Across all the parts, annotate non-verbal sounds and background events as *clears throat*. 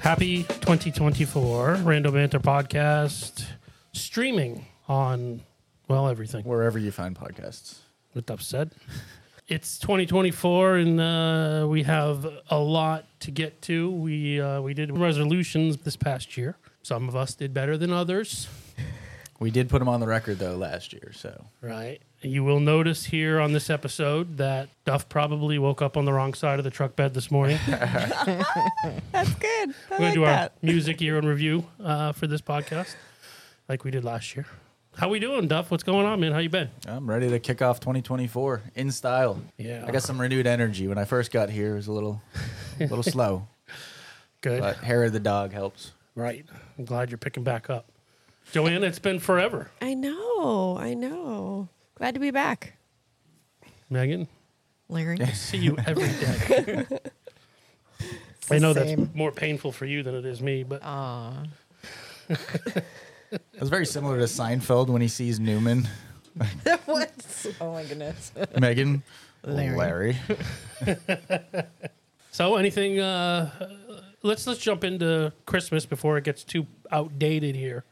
Happy 2024 Random Banter Podcast streaming on, well, everything. wherever you find podcasts. With that said, it's 2024 and uh, we have a lot to get to. We, uh, we did resolutions this past year. Some of us did better than others, We did put them on the record though last year, so right? You will notice here on this episode that Duff probably woke up on the wrong side of the truck bed this morning. That's good. I We're like gonna do that. *laughs* our music year in review uh, for this podcast, like we did last year. How we doing, Duff? What's going on, man? How you been? I'm ready to kick off 2024 in style. Yeah, I got some renewed energy. When I first got here, it was a little, a *laughs* little slow, good. but hair of the dog helps. Right. I'm glad you're picking back up, Joanna. It's been forever. I know. I know. Glad to be back, Megan, Larry. I see you every *laughs* day. I know that's more painful for you than it is me, but *laughs* Aw. It was very similar to Seinfeld when he sees *laughs* Newman, That was. Oh my goodness. Megan, Larry. so anything. Uh, let's let's jump into Christmas before it gets too outdated here,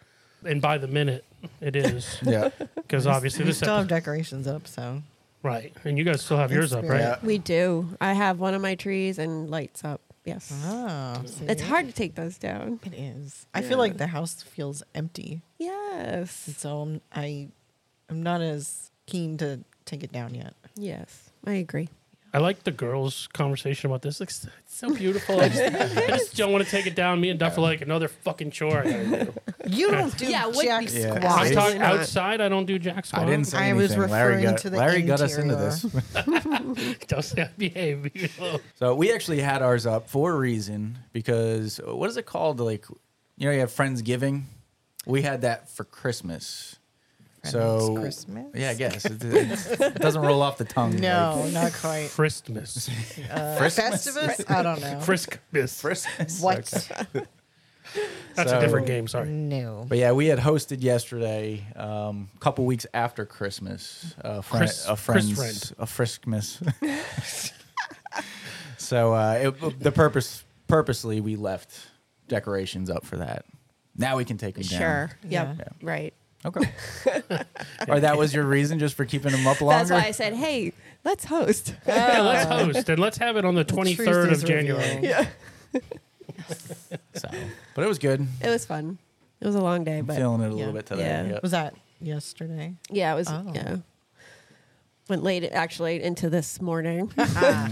and by the minute it is Yeah, *laughs* because obviously We this still have episode, decorations up, so right, and you guys still have yours up, right? Yeah. *laughs* We do. I have one of my trees and lights up. Yes. oh, It's hard to take those down. It is. I Yeah. feel like the house feels empty, and Yes. so I'm, I, I'm not as keen to take it down yet. Yes. I agree. I like the girls' conversation about this. It's, it's so beautiful. I just, I just don't want to take it down. Me and Duff are like another fucking chore. I gotta do. *laughs* You don't do Yeah, it would jack be Yeah. squat. Why I'm is talking it not? outside. I don't do jack squat. I didn't say I anything. was Larry referring got, to the Larry got us into interior. this. *laughs* Does that behave? you know? So we actually had ours up for a reason because uh, what is it called? Like, you know, you have Friendsgiving. We had that for Christmas. so Christmas? Yeah, I guess it, it- it doesn't roll off the tongue. like, No, *laughs* not quite. *laughs* Christmas. Uh, Christmas? Festivus? I don't know. Friskmas. Christmas. What? Okay. That's So- a different game. *laughs* Sorry. No. But yeah, we had hosted yesterday, a um, couple weeks after Christmas. Uh, friend, Chris- a Chris friend's, a Friskmas. *laughs* so uh, it, the purpose, purposely, we left decorations up for that. Now we can take them down. Sure. Yeah. Yep. Right. Okay. *laughs* or that was your reason just for keeping them up longer? That's why I said, hey, let's *laughs* host. Yeah, Oh. let's host and let's have it on the 23rd of Tuesday's January. reveal. so, but it was good. It was fun. It was a long day, but Feeling it a yeah. little bit today. Yeah. yep. Was that yesterday? yeah, it was. Oh. Yeah. Went late actually into this *laughs* morning. Ah.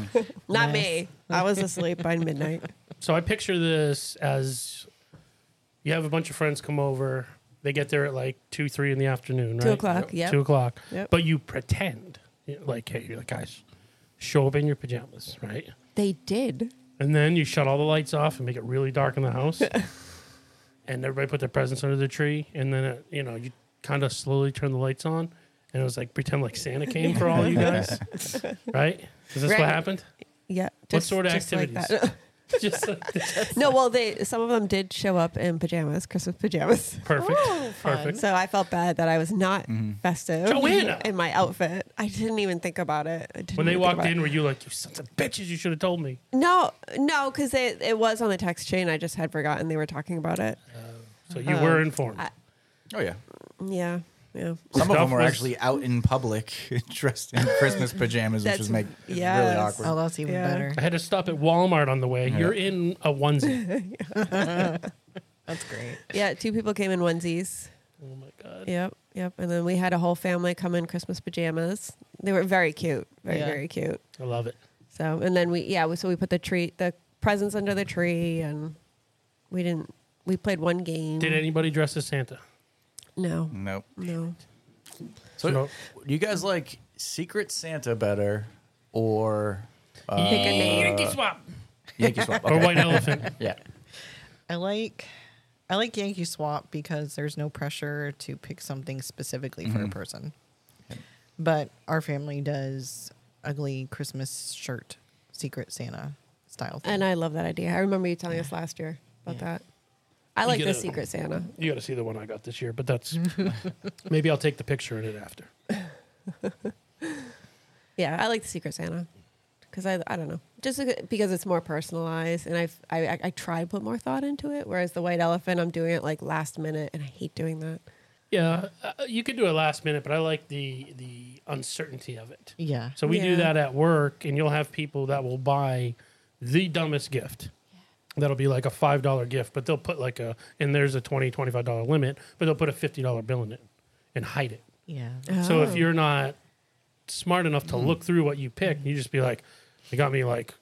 Not me. I was asleep by midnight. So I picture this as you have a bunch of friends come over. They get there at like two, three in the afternoon, right? Two o'clock, yep. Two o'clock. Yep. But you pretend you know, like, hey, you're like, guys, show up in your pajamas, right? They did. And then you shut all the lights off and make it really dark in the *laughs* house. and everybody put their presents under the tree. And then, it, you know, you kind of slowly turn the lights on. And it was like, pretend like Santa came for all you *laughs* guys. right? Is this Right. what happened? *laughs* Yeah. What sort of Like activities? Just uh, like that. that. *laughs* no, well, they some of them did show up in pajamas, Christmas pajamas. *laughs* Perfect. Perfect. So I felt bad that I was not festive Joanna! in my outfit. I didn't even think about it. I didn't When they even walked think about in, it. were you like, you sons of bitches, you should have told me? no, no, because it, it was on the text chain. I just had forgotten they were talking about it. So you Oh. were informed. I- Oh, yeah. Yeah, yeah. Some of Stuff them were was- actually out in public *laughs* dressed in *laughs* Christmas pajamas, which That's- was make it really yes. awkward. Oh, that's even Yeah. *laughs* better. I had to stop at Walmart on the way. You're in a *laughs* onesie. That's great. Yeah, two people came in onesies. oh my God. Yep, yep. And then we had a whole family come in Christmas pajamas. They were very cute, very Yeah. very cute. I love it. So and then we yeah we- so we put the tree the presents under the tree and we didn't we played one game. Did anybody dress as Santa? No, Nope. no. So, No. do you guys like Secret Santa better or uh, Pick a name. Yankee swap. *laughs* Yankee Swap? Or Okay. White Elephant. Yeah. I like I like Yankee Swap because there's no pressure to pick something specifically Mm-hmm. for a person. But our family does ugly Christmas shirt, Secret Santa style thing. And I love that idea. I remember you telling us last year about that. *laughs* I like get the a- Secret Santa. You got to see the one I got this year, but *laughs* that's maybe I'll take the picture in it after. Yeah, I like the Secret Santa. because I, I don't know just because it's more personalized and I've, I I- I try to put more thought into it. Whereas the white elephant, I'm doing it like last minute and I hate doing that. Yeah, uh, you could do it last minute, but I like the the uncertainty of it. Yeah. So we do Yeah. that at work, and you'll have people that will buy the dumbest gift. That'll be like a five dollar gift, but they'll put like a and there's a twenty twenty five dollar limit, but they'll put a fifty dollar bill in it and hide it. *laughs* Yeah. *laughs* So if Oh. Hmm. you're not smart enough to look through what you pick, you just be like, "They got me like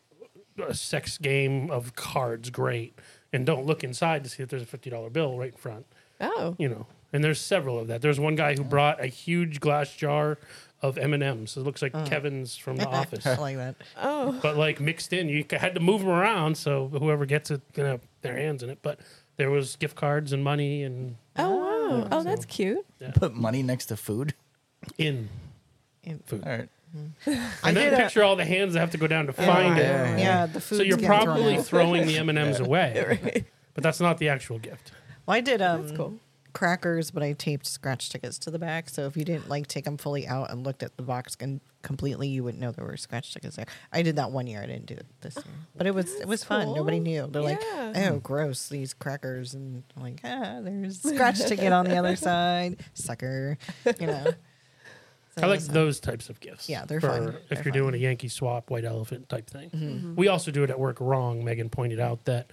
a sex game of cards, great," and don't look inside to see if there's a fifty dollar bill right in front oh you know, and there's several of that. There's one guy who brought a huge glass jar of M and M's. It looks like Kevin's from *laughs* The Office, I like that. oh but like mixed in. You c- had to move them around, so whoever gets it can have their hands in it. But there was gift cards and money and oh wow oh that's cute. Put money next to food. in. In- food. All right. I And then did a- picture all the hands that have to go down to find it. Yeah, Yeah, yeah. the food. So you're probably throwing the M and M's away, Right. but that's not the actual gift. Well, I did um, That's cool. crackers, but I taped scratch tickets to the back. So if you didn't like take them fully out and looked at the box con- completely, you wouldn't know there were scratch tickets there. I did that one year. I didn't do it this year, but it was it was fun. Oh, cool. Nobody knew. They're like, Yeah. oh, gross, these crackers, and I'm like, ah, there's scratch ticket on *laughs* the other side, sucker. You know. So I it like was- those types of gifts. Yeah, they're for fun. If They're you're fun. Mm-hmm. doing a Yankee swap, white elephant type thing. We also do it at work wrong. Megan pointed out that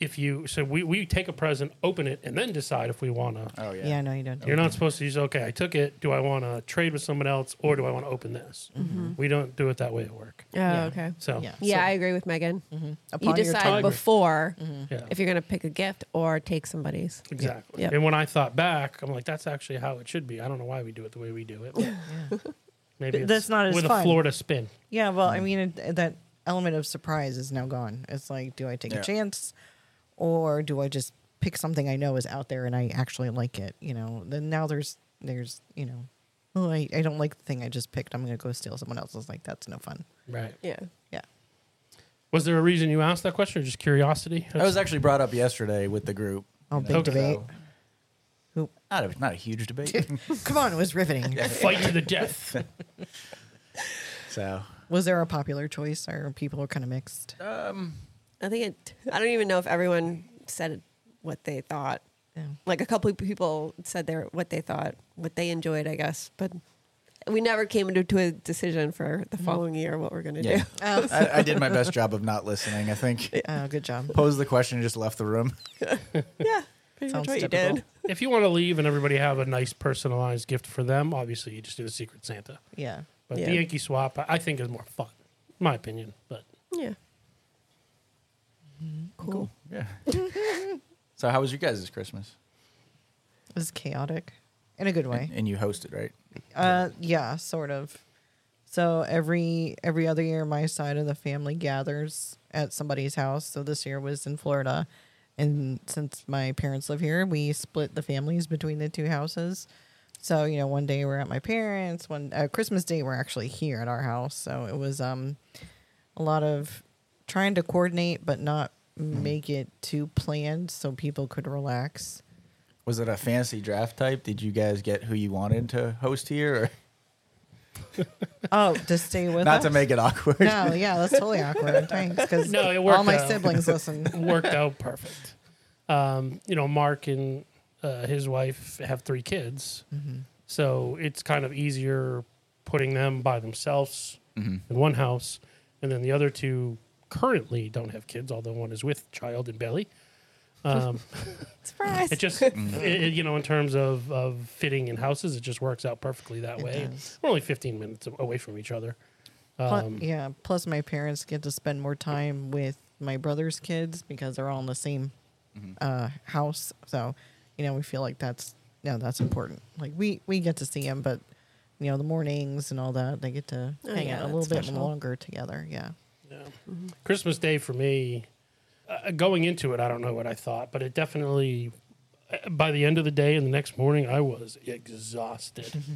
if you, so we, we take a present, open it, and then decide if we want to. Oh Yeah. no, you don't. You're not supposed to use, okay, I took it. Do I want to trade with someone else or do I want to open this? We don't do it that way at work. Oh okay. So, Mm-hmm. Yeah. Yeah, So- I agree with Megan. You Mm-hmm. Upon your decide Mm-hmm. time. before yeah. if you're gonna pick a gift or take somebody's. Exactly. Yeah. And when I thought back, I'm like, that's actually how it should be. I don't know why we do it the way we *laughs* do it. but Maybe Th- it's that's not as with a fun. Florida spin. Yeah, well, I mean, it, that element of surprise is now gone. It's like, do I take Yeah. a chance or do I just pick something I know is out there and I actually like it? You know, then now there's, there's, you know, oh, I, I don't like the thing I just picked. I'm going to go steal someone else's. Like, that's no fun. Right. Yeah. Yeah. Was there a reason you asked that question or just curiosity? That was actually brought up yesterday with the group. Oh, you *laughs* big debate. so- Who- Not a, not a huge *laughs* debate. *laughs* Come on, it was riveting. fight to the death. so Was there a popular choice or people are kind of mixed? um, I think it. I don't even know if everyone said what they thought. Yeah. Like a couple of people said their what they thought, what they enjoyed, I guess. But we never came into to a decision for the following year what we're gonna yeah, do. I, I did my best job of not listening. I think Oh, good job. posed the question and just left the room. *laughs* Yeah, pretty Sounds much what you typical. did. if you want to leave and everybody have a nice personalized gift for them, obviously you just do the Secret Santa. Yeah. But Yeah. the Yankee swap, I- I think, is more fun, in my opinion. But Yeah. Cool. *laughs* Yeah. so how was your guys' Christmas? It was chaotic in a good way. And you hosted, right? Uh, yeah, sort of. So every every other year, my side of the family gathers at somebody's house. So this year was in Florida, and since my parents live here, we split the families between the two houses. So you know, one day we're at my parents. One uh, Christmas day, we're actually here at our house. So it was um a lot of trying to coordinate, but not Mm-hmm. make it too planned, so people could relax. Was it a fancy draft type? Did you guys get who you wanted to host here? Or? Oh, to stay with Not us? to make it awkward. *laughs* No, yeah, that's totally awkward. Thanks, because No, it all worked my out. *laughs* siblings listen. it worked out *laughs* perfect. Um, you know, Mark and uh, his wife have three kids, Mm-hmm. so it's kind of easier putting them by themselves Mm-hmm. in one house, and then the other two currently don't have kids, although one is with child in belly. Um, Surprise. It *laughs* just, it, it- you know, in terms of, of fitting in houses, it just works out perfectly that It way. does. We're only 15 minutes away from each other. Plu- Um, yeah, plus my parents get to spend more time with my brother's kids because they're all in the same uh, house. So, you know, we feel like that's no, that's important. Like we we get to see them, but you know, the mornings and all that, they get to Oh, hang yeah, out a that's little bit special. longer together. Yeah, Yeah. Christmas Day for me, uh, going into it, I don't know what I thought, but it definitely, uh, by the end of the day and the next morning, I was exhausted. Mm-hmm.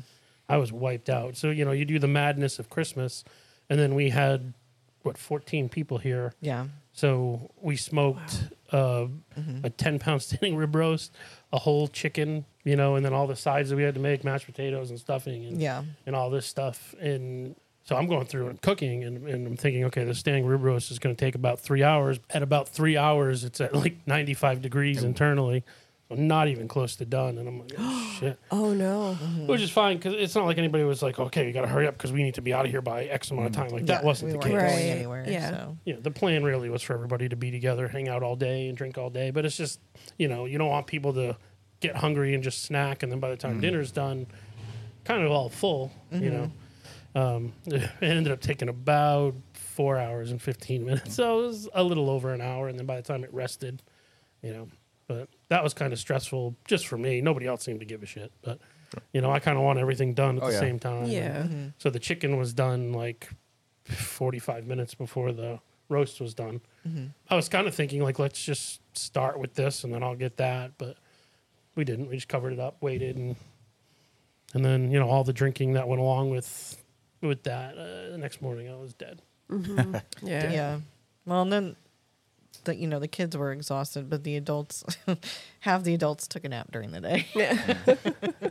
I was wiped out. So, you know, you do the madness of Christmas, and then we had, what, 14 people here. yeah. So we smoked uh, Mm-hmm. a 10 pound *laughs* standing rib roast, a whole chicken, you know, and then all the sides that we had to make mashed potatoes and stuffing and, Yeah. and all this stuff. And So I'm going through and cooking, and, and I'm thinking, okay, this stang rib roast is going to take about three hours. At about three hours, it's at like 95 degrees internally. I'm not even close to done, and I'm like, oh, *gasps* shit. Oh no. Which is fine because it's not like anybody was like, okay, you got to hurry up because we need to be out of here by X amount of time. Like that Mm. Yeah, wasn't we the weren't case. Right. going anywhere. Yeah. So Yeah, the plan really was for everybody to be together, hang out all day, and drink all day. But it's just, you know, you don't want people to get hungry and just snack, and then by the Mm-hmm. time dinner's done, kind of all full. You know, um, *laughs* it ended up taking about four hours and fifteen minutes, so it was a little over an hour. And then by the time it rested, you know, but that was kind of stressful just for me. Nobody else seemed to give a shit, but you know, I kind of want everything done at Oh, the yeah. same time. Yeah. So the chicken was done like 45 minutes before the roast was done. I was kind of thinking like let's just start with this and then I'll get that, but we didn't. We just covered it up, waited and and then, you know, all the drinking that went along with with that uh, the next morning I was dead. Mm-hmm. Yeah. yeah. Well, and then the you know the kids were exhausted, but the adults, *laughs* half the adults took a nap during the day. Yeah. *laughs*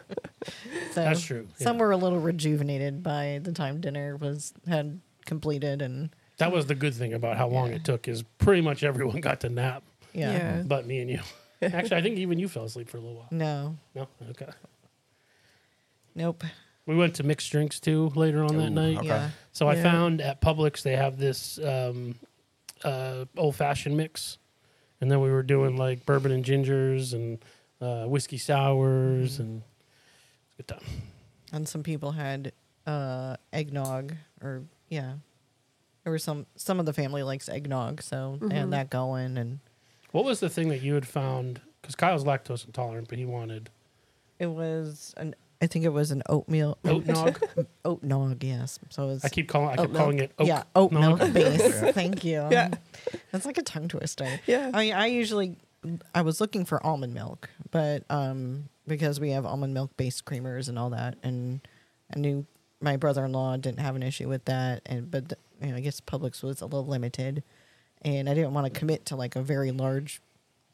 So That's true, Some yeah. were a little rejuvenated by the time dinner was had completed, and That was the good thing about how long it took is pretty much everyone *laughs* got to nap yeah. Yeah. but me and you. Actually, I think even you fell asleep for a little while. No. No, okay. Nope. We went to mixed drinks too later on that Ooh, night. Okay. Yeah. So I Yeah. found at Publix they have this um, uh, old fashioned mix, and then we were doing like bourbon and gingers and uh, whiskey sours and it's a good time. And some people had uh eggnog or yeah. There were some some of the family likes eggnog, so they had that going and What was the thing that you had found? Because Kyle's lactose intolerant, but he wanted it was an I think it was an oatmeal oat nog. *laughs* oat nog, yes. So it was I keep calling. I kept Oat milk. calling it oat. yeah, oat nog. *laughs* milk base. Thank you. Yeah. That's like a tongue twister. Yeah. I mean, I usually I was looking for almond milk, but um because we have almond milk based creamers and all that and I knew my brother-in-law didn't have an issue with that and but you know, I guess Publix was a little limited and I didn't want to commit to like a very large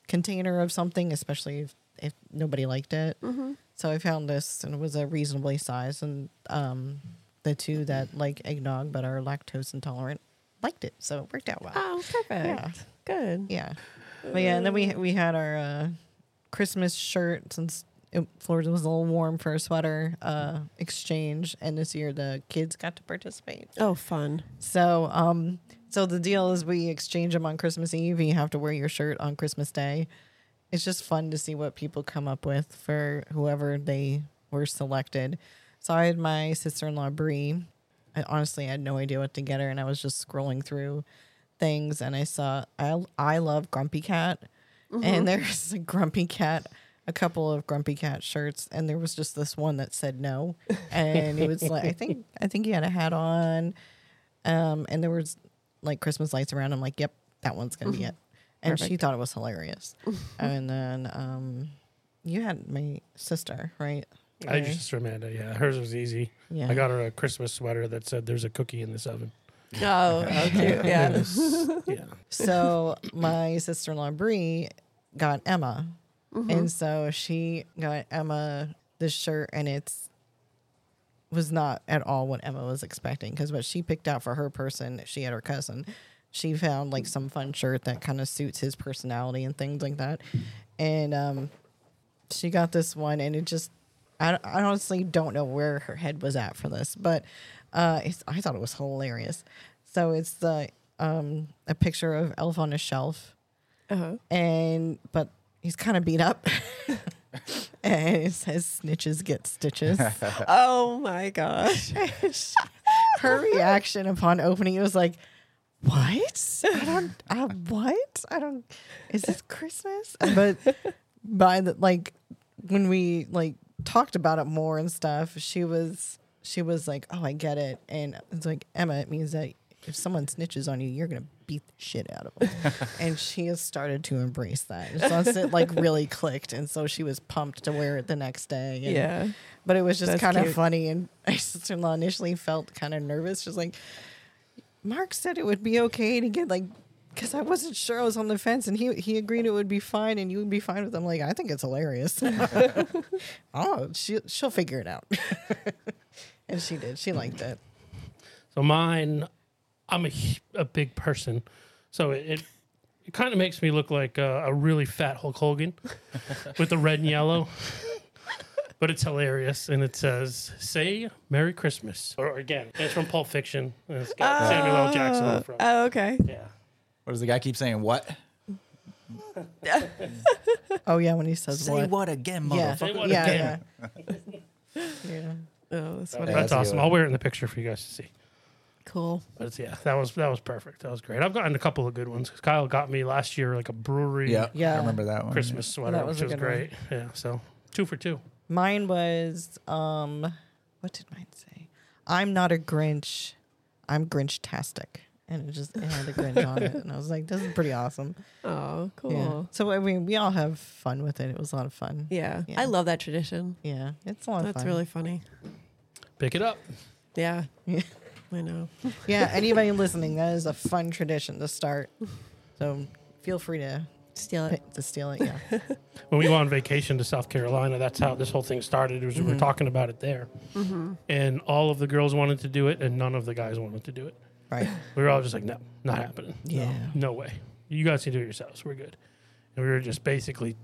container of something especially if, if nobody liked it. Mm-hmm. So I found this and it was a reasonably sized and um the two that like eggnog but are lactose intolerant liked it. So it worked out well. Oh, perfect. Yeah. Good. Yeah. But yeah, and then we we had our uh, Christmas shirt since it, Florida was a little warm for a sweater uh, exchange, and this year the kids got to participate. Oh, fun. So um, so the deal is we exchange them on Christmas Eve. and You have to wear your shirt on Christmas Day. It's just fun to see what people come up with for whoever they were selected. So I had my sister in law Bree. I honestly had no idea what to get her, and I was just scrolling through things, and I saw I I love Grumpy Cat, and *laughs* there's a Grumpy Cat, a couple of Grumpy Cat shirts, and there was just this one that said no, and it was like I think I think he had a hat on, um, and there was like Christmas lights around. I'm like, yep, that one's gonna be it. And she thought it was hilarious. and then um, you had my sister, right? I just Amanda. Yeah, hers was easy. Yeah. I got her a Christmas sweater that said "There's a cookie in this oven." Oh, oh, *laughs* cute. Yeah. Yeah. So my sister in law Bree got Emma, and so she got Emma this shirt, and it's was not at all what Emma was expecting because what she picked out for her person, she had her cousin. She found like some fun shirt that kind of suits his personality and things like that, and um, she got this one, and it just. I, I honestly don't know where her head was at for this, but uh, it's, I thought it was hilarious. So it's the um, a picture of Elf on a shelf, Uh-huh. and but he's kind of beat up, *laughs* and it says "snitches get stitches." Oh my gosh. her reaction upon opening it was like, "What? I don't. I, what? I don't. Is this Christmas?" But by the like, when we like talked about it more and stuff, she was she was like, "Oh, I get it." And it's like Emma, it means that if someone snitches on you, you're gonna beat the shit out of them. and she has started to embrace that. And so once it like really clicked, and so she was pumped to wear it the next day. And Yeah. but it was just That's kind of cute. funny. And *laughs* my sister in law initially felt kind of nervous. She's like, Mark said it would be okay to get like, because I wasn't sure I was on the fence, and he he agreed it would be fine, and you would be fine with. Them. I'm like, I think it's hilarious. *laughs* oh, she she'll figure it out, and she did. She liked it. So mine, I'm a, h- a big person, so it it, it kind of makes me look like a, a really fat Hulk *laughs* Hogan with the red and yellow. But it's hilarious, and it says "Say Merry Christmas." Or again, it's from Pulp Fiction. And it's Ah. got Samuel L. Jackson on the front. Oh, okay. Yeah. What does the guy keep saying? What? Oh yeah, when he says what? again, Yeah, Say what yeah, yeah. again. yeah. Oh, that's That's, funny. that's a good awesome. one. I'll wear it in the picture for you guys to see. Cool. But it's, yeah, that was that was perfect. That was great. I've gotten a couple of good ones. 'Cause Kyle got me last year like a brewery Yeah, Yeah. I remember that one. Christmas sweater, That was which a was good one. great. Yeah, so two for two. Mine was um, what did mine say? I'm not a Grinch. I'm Grinch tastic, and it just it had the Grinch on it, and I was like, this is pretty awesome. Oh, Yeah. cool. So I mean, we all have fun with it. It was a lot of fun. Yeah. Yeah. I love that tradition. Yeah, it's a lot of That's fun. really funny. Pick it up. Yeah. Yeah. I know. yeah. Anybody listening, that is a fun tradition to start. So feel free to Steal it. to *laughs* steal it. Yeah. When we go on vacation to South Carolina, that's how this whole thing started. Was Mm-hmm. We were talking about it there, Mm-hmm. and all of the girls wanted to do it, and none of the guys wanted to do it. right. We were all just like, no, not happening. No, Yeah. no way. You guys can do it yourselves. We're good. And we were just basically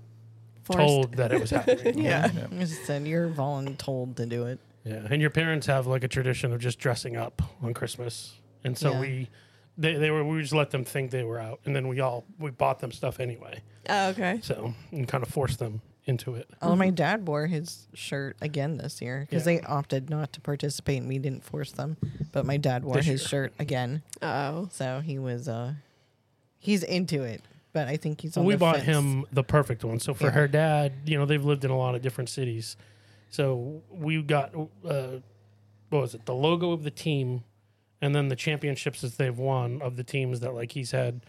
Forced. told that it was happening. *laughs* Yeah. I just said you're voluntold to do it. Yeah, and your parents have like a tradition of just dressing up on Christmas, and so Yeah. we, they, they were we just let them think they were out, and then we all we bought them stuff anyway, Oh, okay. so and kind of forced them into it. Oh, my dad wore his shirt again this year because Mm-hmm. Yeah. they opted not to participate and we didn't force them. But my dad wore This his year. shirt again, Oh. so he was uh, he's into it. But I think he's. So on we the bought fence. him the perfect one. So for Yeah. her dad, you know, they've lived in a lot of different cities, so we got uh, what was it? The logo of the team, and then the championships that they've won of the teams that like he's had,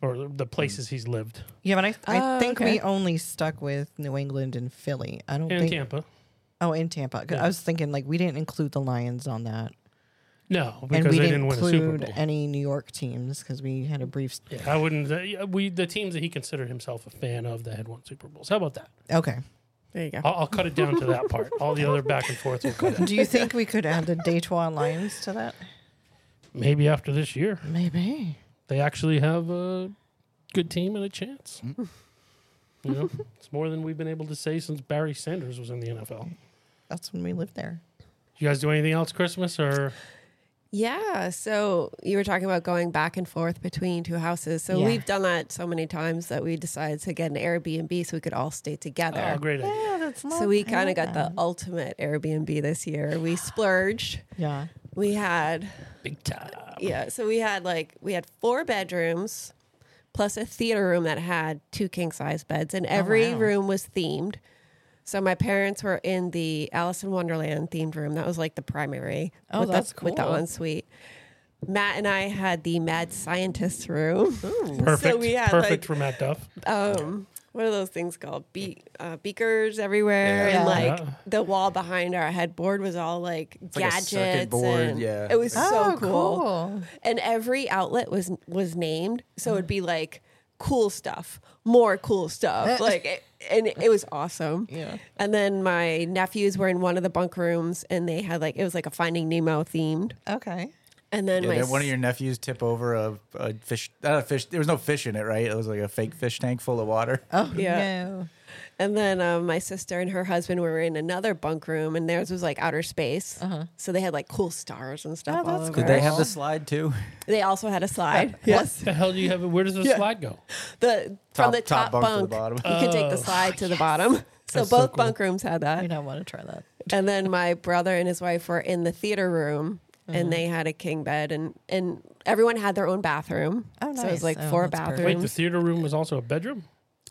or the places he's lived, Yeah, but I, I Oh, think we okay. only stuck with New England and Philly. I don't and think. Tampa. Oh, in Tampa. 'Cause Yeah. I was thinking like we didn't include the Lions on that, No, and because we they didn't didn't win a Super include Bowl. any New York teams because we had a brief. s- Yeah, I wouldn't. uh, we the teams that he considered himself a fan of that had won Super Bowls. How about that? Okay. There you go. I'll, I'll cut it down to that part. All the other back and forth will *laughs* cut. Out. Do you think we could add the Detroit Lions to that? Maybe after this year, Maybe. they actually have a good team and a chance. *laughs* You know, it's more than we've been able to say since Barry Sanders was in the NFL. That's when we lived there. You guys do anything else Christmas or Yeah. So you were talking about going back and forth between two houses. So Yeah. we've done that so many times that we decided to get an Airbnb so we could all stay together. oh, great idea. Yeah, that's so we kind of got the oh, ultimate Airbnb this year. We splurged. yeah. We had big time? yeah. So we had like we had four bedrooms plus a theater room that had two king size beds, and every Oh, wow. room was themed. So my parents were in the Alice in Wonderland themed room. That was like the primary. Oh, with that's the, With the cool. ensuite. Matt and I had the mad scientist room. Perfect. *laughs* So we had perfect like for Matt *laughs* Duff. um what are those things called be- uh, beakers everywhere Yeah. and like Yeah. the wall behind our headboard was all like like a gadgets circuit board, and yeah. it was so Oh, cool. cool. and every outlet was was named so it'd be like cool stuff more *laughs* cool stuff like it, and it was awesome Yeah. and then my nephews were in one of the bunk rooms and they had like it was like a finding nemo themed Okay. and then Yeah, my did one of your nephews tip over a, a fish? Not a fish. There was no fish in it, right? It was like a fake fish tank full of water. Oh Yeah. no. And then um, my sister and her husband were in another bunk room, and theirs was like outer space. So they had like cool stars and stuff. Uh-huh. Oh, all that's over. Did they have the slide too? They also had a *laughs* slide. yes, The hell do you have? Where does the slide go? the from Top- the top, top bunk to the bunk, bottom. *laughs* you could take the Oh. slide to the bottom. So That's so both cool. bunk rooms had I that. don't want to try that. And then my brother and his wife were in the theater room, Mm-hmm. and they had a king bed, and and everyone had their own bathroom. Oh, So it was nice. like Oh, four that's perfect. Wait, the bathrooms. theater room was also a bedroom.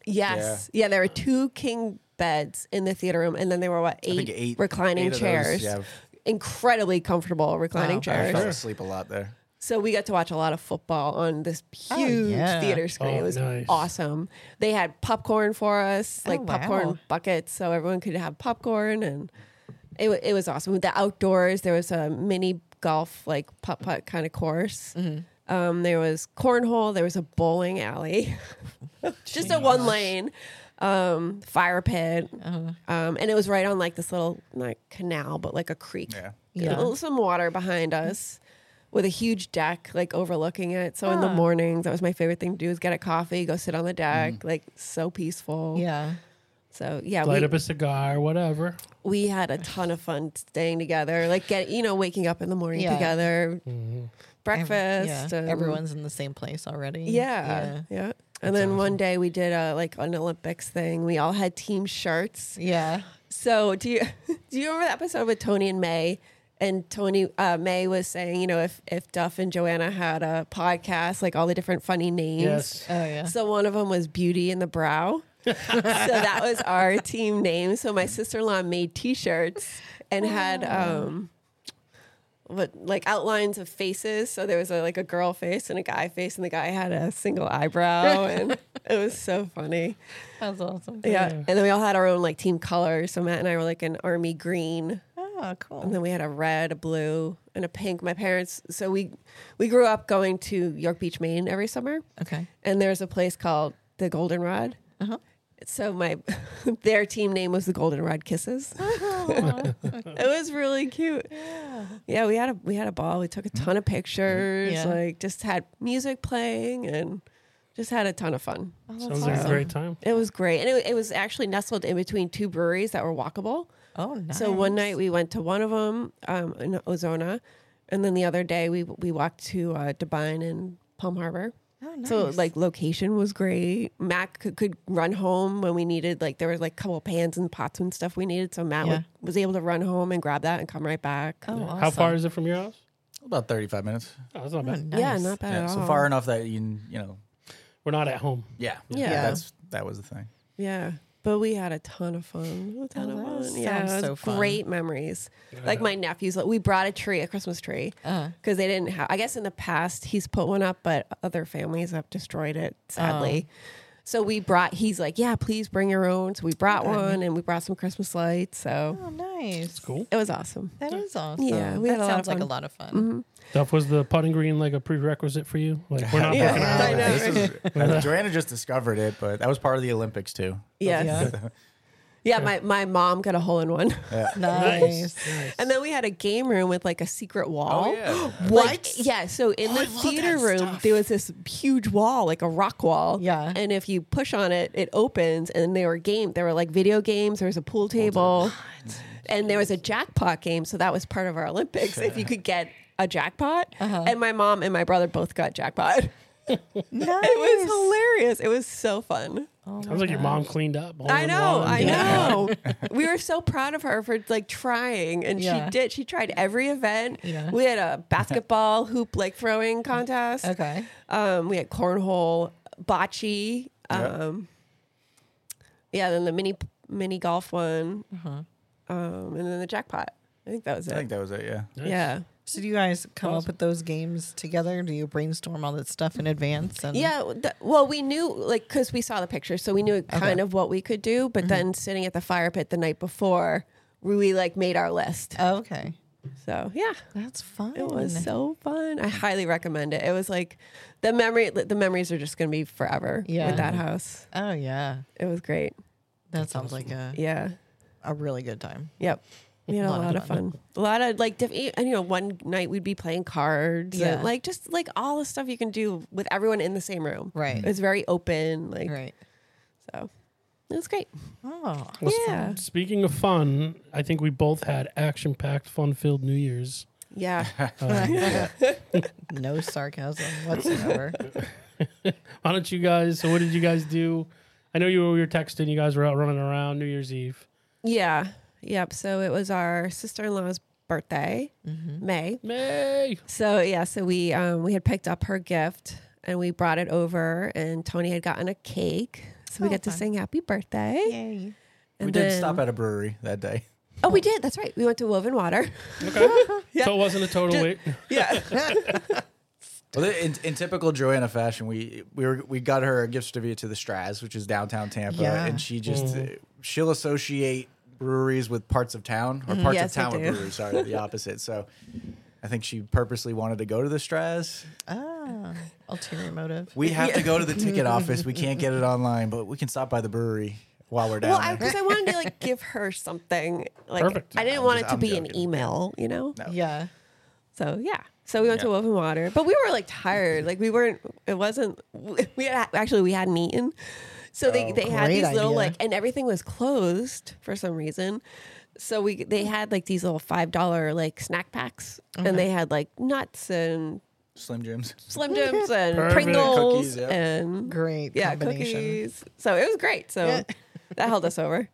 yes, yeah. there were two king beds in the theater room, and then there were what I eight, think eight reclining eight of those, chairs. Yeah, incredibly comfortable reclining Wow. I fell chairs. asleep a lot there. So we got to watch a lot of football on this huge Oh, yeah. theater screen. Oh, it was nice. awesome. They had popcorn for us, like Oh, wow. popcorn buckets, so everyone could have popcorn, and it wa- it was awesome. With the outdoors, there was a mini golf like putt putt kind of course. Mm-hmm. Um, there was cornhole. There was a bowling alley, *laughs* just a one lane um, fire pit, Uh-huh. um, and it was right on like this little like canal, but like a creek Yeah. Yeah. yeah. some water behind us. with a huge deck like overlooking it. So in the Ah. mornings, that was my favorite thing to do is get a coffee, go sit on the deck, like so peaceful. Yeah. So yeah, Light we, up a cigar, whatever. we had a ton of fun staying together, like get you know waking up in the morning Yeah. together, Ev- Mm-hmm. breakfast. yeah. and- Everyone's in the same place already. yeah, yeah. And then one day we did a like an Olympics thing. We all had team shirts. Yeah. Yeah. So do you *laughs* do you remember the episode with Tony and May? And Tony uh, May was saying, you know, if if Duff and Joanna had a podcast, like all the different funny names. Yes. Oh yeah. So one of them was Beauty in the Brow. so that was our team name. So my sister-in-law made T-shirts and had um, what like outlines of faces. So there was a, like a girl face and a guy face, and the guy had a single eyebrow, and it was so funny. That's awesome. Yeah. And then we all had our own like team colors. So Matt and I were like an army green. Oh, cool. And then we had a red, a blue, and a pink. My parents, so we we grew up going to York Beach, Maine every summer okay. and there's a place called the Goldenrod. *laughs* Uh-huh. So my *laughs* their team name was the Goldenrod Kisses. it was really cute. Yeah, Mm-hmm. we had a we had a ball. We took a ton of pictures. Yeah. Like just had music playing and just had a ton of fun. Sounds like a great time. It was great, and it, it was actually nestled in between two breweries that were walkable. Oh, nice. So one night we went to one of them um, in Ozona, and then the other day we we walked to uh, Devine and Palm Harbor. Oh, nice. So like location was great. Mac could, could run home when we needed like there were like a couple pans and pots and stuff we needed. So Matt Yeah. would, was able to run home and grab that and come right back. Oh, awesome. How far is it from your house? About 35 minutes. Oh, that's not Oh, bad. nice. Yeah, not bad Yeah, at so all. far enough that you can, you know, We're not at home. yeah, Yeah. Yeah. That's that was the thing. Yeah. But we had a ton of fun. A ton Oh, of that fun. sounds yeah, it was so fun. great memories. Like my nephews, like, we brought a tree, a Christmas tree, Uh, because they didn't have. I guess in the past he's put one up, but other families have destroyed it sadly. So we brought. He's like, yeah, please bring your own. So we brought one, and we brought some Christmas lights. So oh, nice. Cool. it was awesome. That is awesome. Yeah, we that had a lot of sounds like fun. a lot of fun. Duff, was the putting green like a prerequisite for you? Like *laughs* we're not Yeah. looking *laughs* I know, at This is- Joanna just discovered it, but that was part of the Olympics too. Yes. Yeah. Yeah. my, my mom got a hole in *laughs* one. *laughs* Nice. *laughs* And then we had a game room with like a secret wall. Oh, *gasps* yeah. What? yeah. So Oh, in the theater room, there was this huge wall, like a rock wall. Yeah. And if you push on it, it opens. And there were game. There were like video games. There was a pool table, and there was a jackpot game. So that was part of our Olympics. If you could get a jackpot, Uh-huh. and my mom and my brother both got jackpot. *laughs* nice. It was hilarious. It was so fun. Sounds like your mom cleaned up. all Oh I in know, one. I Yeah. *laughs* know. we were so proud of her for like trying, and Yeah. she did. She tried every event. Yeah. We had a basketball hoop, like throwing contest. Okay. Um, we had cornhole, bocce. Um, yeah. Then the mini mini golf one, Uh-huh. um, and then the jackpot. I think that was I it. think that was it. Yeah. Nice. Yeah. So do you guys come up with those games together? Do you brainstorm all that stuff in advance? And Yeah. th- well, we knew like because we saw the picture, so we knew kind of what we could do. Mm-hmm. But then sitting at the fire pit the night before, we like made our list. Oh, okay. So yeah. That's fun. It was so fun. I highly recommend it. It was like the memory. The memories are just going to be forever Yeah. with that house. Oh yeah. It was great. That sounds like a, Yeah. a really good time. Yep. We had a lot, of, fun. A lot of like, diff- and you know, one night we'd be playing cards. Yeah. And, like just like all the stuff you can do with everyone in the same room. Right. It was very open. Like Right. so, it was great. Oh. yeah. Speaking of fun, I think we both had action-packed, fun-filled New Year's. Uh, Yeah. *laughs* No sarcasm whatsoever. Why don't you guys? So, what did you guys do? I know you were, we were texting. You guys were out running around New Year's Eve. yeah. Yep. So it was our sister in law's birthday, Mm-hmm. May. May. So yeah, so we um, we had picked up her gift and we brought it over, and Tony had gotten a cake, so we got to sing happy birthday. Yay. And we did then- stop at a brewery that day. Oh, we did. That's right. We went to *laughs* Woven Water. So it wasn't a total wait. yeah. Well, in, in typical Joanna fashion, we we were we got her a gift certificate to the Straz, which is downtown Tampa, Yeah. and she just Mm-hmm. uh, she'll associate breweries with parts of town or parts Mm-hmm. Yes, of town I with do. breweries. Sorry, the opposite. So. I think she purposely wanted to go to the Straz. *laughs* Ah. Ulterior motive. We have to go to the *laughs* ticket office. We can't get it online, but we can stop by the brewery while we're down Well, there. because I, wanted to like give her something. Like Perfect. I didn't I'm want just- it to I'm be an joking. email, you know. No. yeah. So yeah. So we went to Yeah. Woven Water, but we were like tired. Like we weren't. It wasn't. We had, actually we hadn't eaten. So they, they had Oh, great these little idea. like, and everything was closed for some reason. So we they had like these little five dollar like snack packs, and they had like nuts and Slim Jims. Slim Jims and Perfect. Pringles Cookies, yeah. and Great yeah combination. cookies. So it was great. So Yeah. *laughs* that held us over.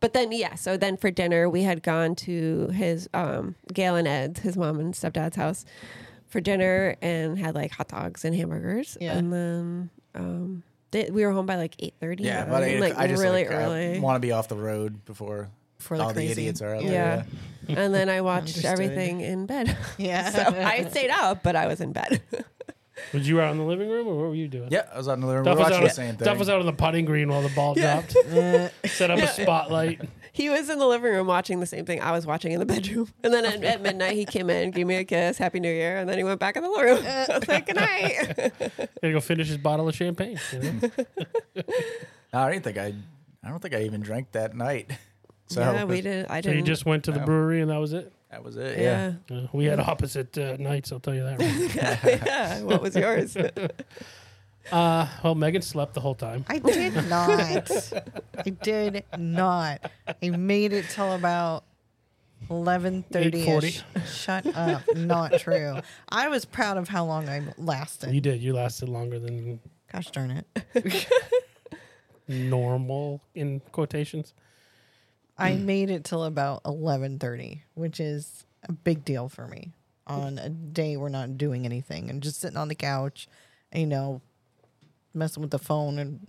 But then yeah, so then for dinner we had gone to his um Gail and Ed's, his mom and stepdad's house for dinner and had like hot dogs and hamburgers. Yeah. And then um they, we were home by like eight thirty. Yeah, but I, like I just really like, early. want to be off the road before, Before the all crazy- the idiots are out yeah. there. and then *laughs* I watched Understood. everything in bed. *laughs* Yeah. *laughs* so I stayed up, but I was in bed. Was you out in the living room or what were you doing? Yeah, I was out in the living Duff room. We were was, watching the out, same thing. Duff was out on the putting green while the ball *laughs* dropped. Set up a spotlight. He was in the living room watching the same thing I was watching in the *laughs* bedroom. And then at, at midnight, he came in, gave me a kiss, Happy New Year, and then he went back in the living room. *laughs* I was like, good *laughs* night. Gotta go finish his bottle of champagne. You know? No, I didn't think I. I don't think I even drank that night. *laughs* So yeah, we did. *laughs* I so you didn't. just went to the Wow. brewery and that was it. that was it. Yeah. yeah. Uh, we had opposite uh, nights. I'll tell you *laughs* that. Right. Yeah. What *laughs* was yours? Uh, well, Megan slept the whole time. I did not. I did not. I made it till about eleven thirty ish. Shut up. Not true. I was proud of how long I lasted. You did. You lasted longer than Gosh darn it. normal in quotations. I made it till about eleven thirty, which is a big deal for me. On a day we're not doing anything and just sitting on the couch, you know, messing with the phone and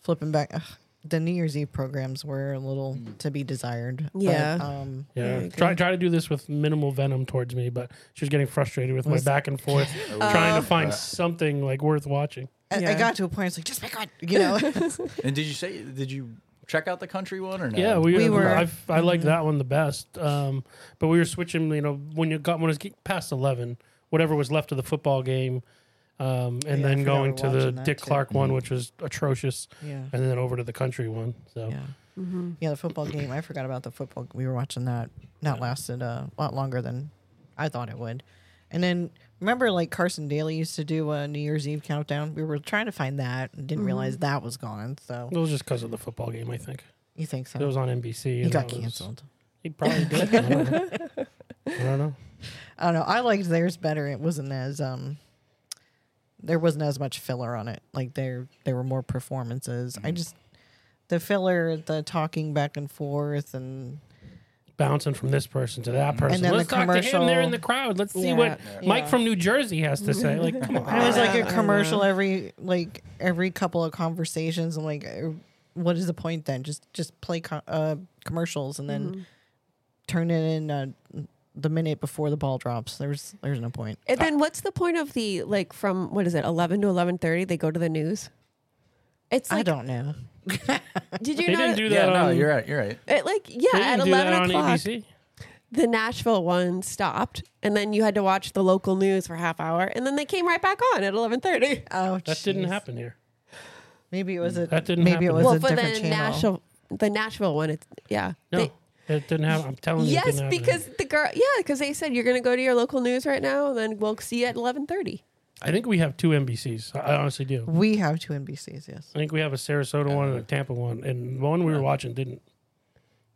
flipping back. Ugh, the New Year's Eve programs were a little to be desired. but, Yeah. um, Yeah. Yeah, try try to do this with minimal venom towards me, but she was getting frustrated with my Was- Oh. back *laughs* and forth, Uh, trying to Uh, find something like worth watching. I, I Yeah. got to a point. I was like, just my God, you know. *laughs* And did you say? Did you check out the country one or no? Yeah, we, We were- Mm-hmm. I've, I like that one the best. Um, but we were switching. You know, when you got when it was get- past eleven, whatever was left of the football game, um, and Yeah, I then forgot going we're to the watching that Dick too. Clark one, which was atrocious, yeah. and then over to the country one. So Yeah. Mm-hmm. Yeah, the football game. I forgot about the football. We were watching that. That lasted a lot longer than I thought it would. And then remember, like Carson Daly used to do a New Year's Eve countdown. We were trying to find that and didn't realize that was gone. So it was just because of the football game, I think. you think so? It was on NBC. Oh. He and got that was- canceled. He probably did. I don't know. I don't know. I don't know. I liked theirs better. It wasn't as um. There wasn't as much filler on it. Like there, there were more performances. I just the filler, the talking back and forth, and bouncing from this person to that person. then the Let's talk to him there in commercial- the crowd. Let's see Yeah. what Mike Yeah. from New Jersey has to say. Like, come on. And it was like Yeah, a I commercial every like every couple of conversations. I'm like, uh, what is the point then? Just just play co- uh, commercials and then turn it in uh, the minute before the ball drops. There's there's no point. and then what's the point of the, like, from, what is it, 11 to 11.30, they go to the news? It's I like, don't know. did you they not? didn't do that. Yeah. um, No, on, you're right. You're right. it, like, they yeah, at didn't do that 11 on o'clock, ABC. the Nashville one stopped, and then you had to watch the local news for half hour, and then they came right back on at 11.30. Oh, That didn't jeez. happen here. Maybe it was a That didn't maybe it happen. was well, a for different the channel. Nashville, the Nashville one, it's yeah. No, They- it didn't happen. I'm telling you. it yes, didn't happen because here. the girl, yeah, because they said you're going to go to your local news right now, and then we'll see you at eleven thirty. I think we have two NBCs. I I honestly do. we have two NBCs. Yes. I think we have a Sarasota one and a Tampa one, and the one we were watching didn't.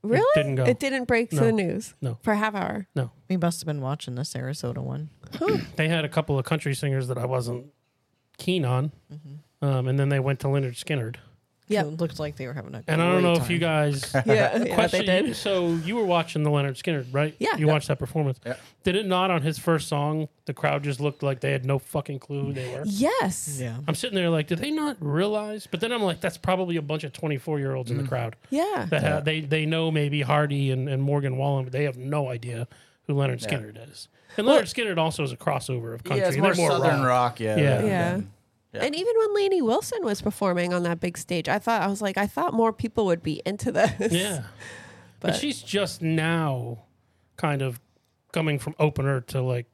Really? didn't go. It didn't break to No. the news. No. for a half hour. No, We must have been watching the Sarasota one. they had a couple of country singers that I wasn't keen on, um, and then they went to Leonard Skinnard. Yeah, It looked like they were having a. And I don't great know if time. you guys yeah, yeah, they Question, you- did. so you were watching the Leonard Skinner, right? Yeah. You Yeah. watched that performance. Yeah. Did it not on his first song? The crowd just looked like they had no fucking clue who they were. Yes. Yeah. I'm sitting there like, did they not realize? But then I'm like, that's probably a bunch of 24 year olds in the crowd Yeah. that ha- they they know maybe Hardy and, and Morgan Wallen, but they have no idea who Leonard Skinner is. And Leonard Skinner also is a crossover of country. yeah, it's They're more, southern rock. rock. yeah. Yeah. than- Yeah. than- Yeah. And even when Lainey Wilson was performing on that big stage, I thought I was like, I thought more people would be into this. Yeah. But, But- she's just now kind of coming from opener to like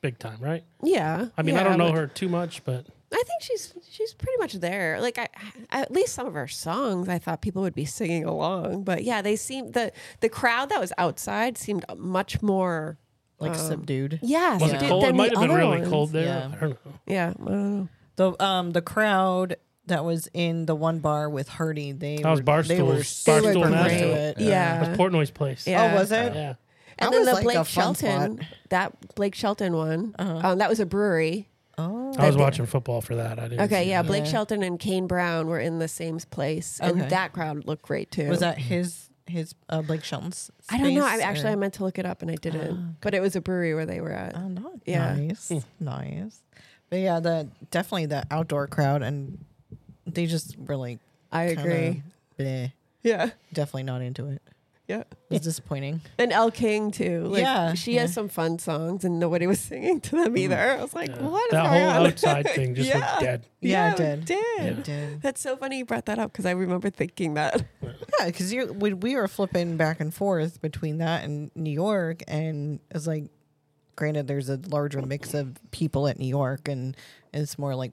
big time, right? *laughs* yeah. I mean, I Yeah, don't know but- her too much, but I think she's she's pretty much there. Like I, at least some of her songs, I thought people would be singing along. But yeah, they seemed the the crowd that was outside seemed much more like subdued. Yes. Was Yeah. it cold? It than the might have been other really ones. cold there. Yeah. I don't know. Yeah. I don't know. The um the crowd that was in the one bar with Hardy, they That was were, they were Barstool's- They Barstool were super Master. into great. it. That's Yeah. Portnoy's place. Uh, Yeah. Oh, was it? Yeah. And That then the was like a Blake fun Shelton, spot. that Blake Shelton one, Uh-huh. um, that was a brewery. Oh, I was watching football for that. I didn't. Okay, see yeah, that. Blake Yeah. Shelton and Kane Brown were in the same place, and Okay. that crowd looked great too. was that his his uh, Blake Shelton's? I don't know. I space, actually or- I meant to look it up and I Ah, didn't, but it was a brewery where they were at. Uh, Oh, no, Yeah. nice, Hmm. nice. But yeah, the definitely the outdoor crowd, and they just really. I agree. Bleh, Yeah, definitely not into it. yeah. It's disappointing. And El King too. Like, Yeah, she has yeah. some fun songs, and nobody was *laughs* singing to them either. I was like, Mm-hmm. Yeah. what is That going whole on? *laughs* outside thing just went Yeah. dead. Yeah, it it did. did. It did. That's so funny you brought that up because I remember thinking that. *laughs* Yeah, because you we, we were flipping back and forth between that and New York, and it's like, granted, there's a larger mix of people at New York, and it's more like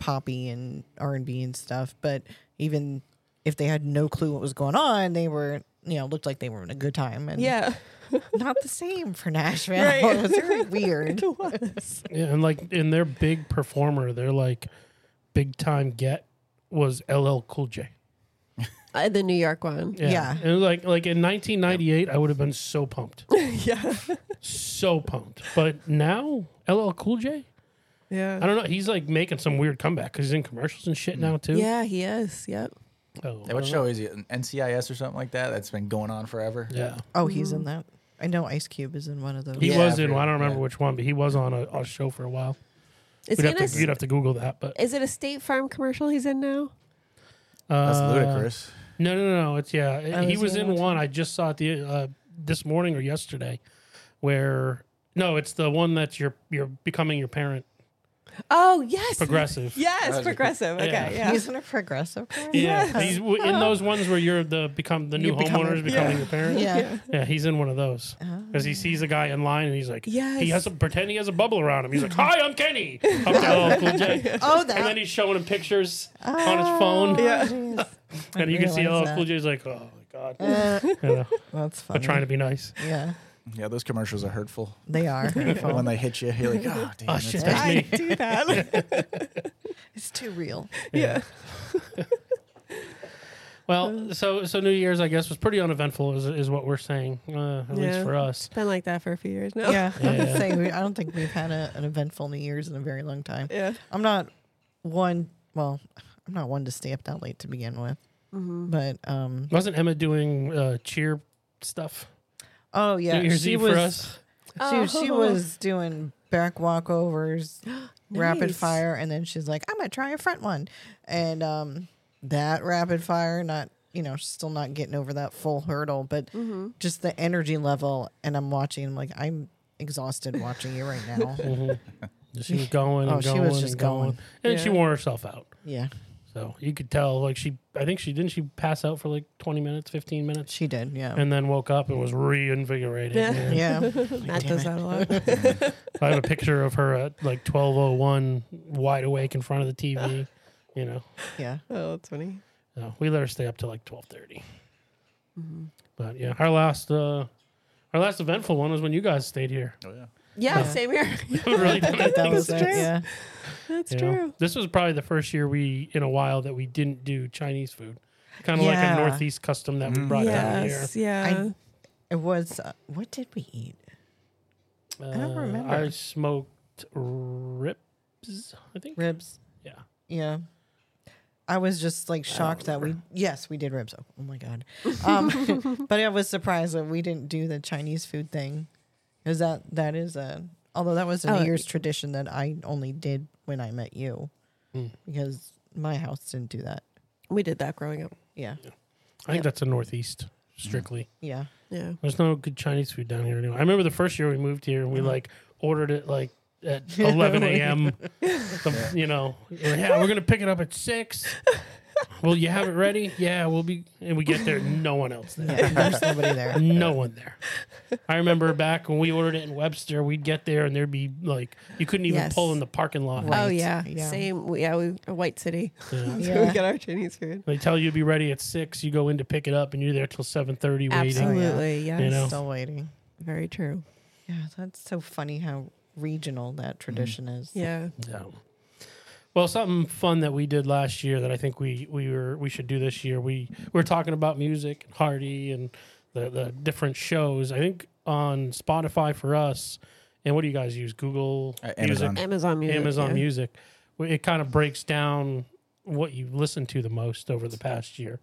poppy and R and B and stuff. But even if they had no clue what was going on, they were you know looked like they were in a good time, and Yeah, *laughs* not the same for Nashville. *laughs* Right. it was *laughs* very weird. it was. Yeah, and like, and their big performer, their like big time get was LL Cool J. Uh, the New York one. Yeah. And like, like in 1998, I would have been so pumped, *laughs* yeah. so pumped. But now, LL Cool J, I Yeah. don't know. He's like making some weird comeback because he's in commercials and shit now too. Oh, Yeah, he is. Yep. So, Yeah, what I show is it? An NCIS or something like that? That's been going on forever. don't know. Yeah. Oh, he's in that. I know Ice Cube is in one of those. He Yeah, was I in. Well, I don't forget. remember Yeah. which one, but he was on a, a show for a while. Is We'd he have, in to, a, you'd have to Google that, but is it a State Farm commercial he's in now? uh, That's ludicrous. No, no, no. It's yeah. Oh, he is was he in in that one. I just saw it the uh, this morning or yesterday, where no, it's the one that's you're you're becoming your parent Oh yes. progressive. was Yes, a- progressive. Okay, Yeah. yeah. *laughs* He's in a progressive. crowd? Yeah, these, *laughs* w- in those ones where you're the become the new You become homeowners a- becoming your parent. Yeah. *laughs* Yeah. he's in one of those because he sees a guy in line and he's like, Yes. he has a pretend he has a bubble around him. He's like, hi, I'm Kenny. Up to LL Cool *laughs* J. Oh, And that then he's showing him pictures on his phone, *laughs* Yeah. and you can see realize LL Cool that. J's like, oh my god, *laughs* Uh, *laughs* you know, that's but funny. trying to be nice. yeah, Yeah, those commercials are *laughs* hurtful. they are. when they hit you, you're like, oh, damn. Oh that's shit, bad." that's me. do *laughs* that. *laughs* it's too real. yeah. Well, so so New Year's, I guess, was pretty uneventful, is, is what we're saying, uh, at least Yeah. for us. Been like that for a few years now. *laughs* Yeah, I'm Yeah. just saying. We, I don't think we've had a, an eventful New Year's in a very long time. Yeah. I'm not one. Well, I'm not one to stay up that late to begin with. Mm-hmm. But um, Wasn't Emma doing uh, cheer stuff? oh yeah, New Year's she Eve was for *laughs* us. she, she Oh. was doing back walkovers, rapid Nice. fire, and then she's like, I'm gonna try a front one, and um, that rapid fire, not you know, still not getting over that full hurdle, but Mm-hmm. just the energy level. And I'm watching, I'm like, I'm exhausted watching you right *laughs* now. Mm-hmm. She was going and Oh, she going was just and going, going. and she Yeah. wore herself out. yeah, So you could tell, like she, I think she didn't she pass out for like twenty minutes, fifteen minutes, she did. Yeah, and then woke up and was reinvigorated. Yeah. man. *laughs* *laughs* yeah, Matt does that a lot. I have a picture of her at like twelve oh one, wide awake in front of the TV. You know, yeah. oh, that's funny. No, we let her stay up till like twelve Mm-hmm. But yeah, our last uh, our last eventful one was when you guys stayed here. Oh, yeah. Yeah, Yeah. *laughs* same here. We really *laughs* didn't That, that think was so, it. true. Yeah, That's you know? true. This was probably the first year we in a while that we didn't do Chinese food. Kind of like Yeah. a Northeast custom that we brought down here. Yes, yeah. I- it was. Uh, what did we eat? I don't remember. I smoked ribs. I think. Ribs. Yeah. Yeah. I was just like shocked that we yes, we did ribs. Oh, oh my god. Um *laughs* but I was surprised that we didn't do the Chinese food thing. Cuz that that is a although that was a Oh, New Year's tradition that I only did when I met you. Hmm. Because my house didn't do that. we did that growing up. Yeah. I think that's a Northeast Mm-hmm. strictly. *laughs* Yeah. Yeah. There's no good Chinese food down here anymore. I remember the first year we moved here, we like ordered it like at 11 a.m. The- You know, we're like, yeah, we're gonna pick it up at six. Will you have it *laughs* ready? Yeah, we'll be. And we get there, no one else there, Yeah. There's nobody there. no one there. I remember back when we ordered it in Webster, we'd get there and there'd be like you couldn't even Yes. pull in the parking lot. Oh Right, yeah. yeah. Same. we- Yeah, we a white city. *laughs* Yeah. So we Yeah. get our Chinese food. They tell you to be ready at six. You go in to pick it up, and you're there till seven thirty waiting. Absolutely. Yes. You know? Still waiting. Very true. Yeah, that's so funny how regional Mm-hmm. that tradition is. Yeah. *laughs* Yeah. Well, something fun that we did last year that I think we we were we should do this year. We we were talking about music and Hardy and the the different shows. I think on Spotify for us, and what do you guys use? Google Uh, Music, Amazon. Amazon Music. Amazon yeah. Music. Well, It kind of breaks down what you listened to the most over the past year.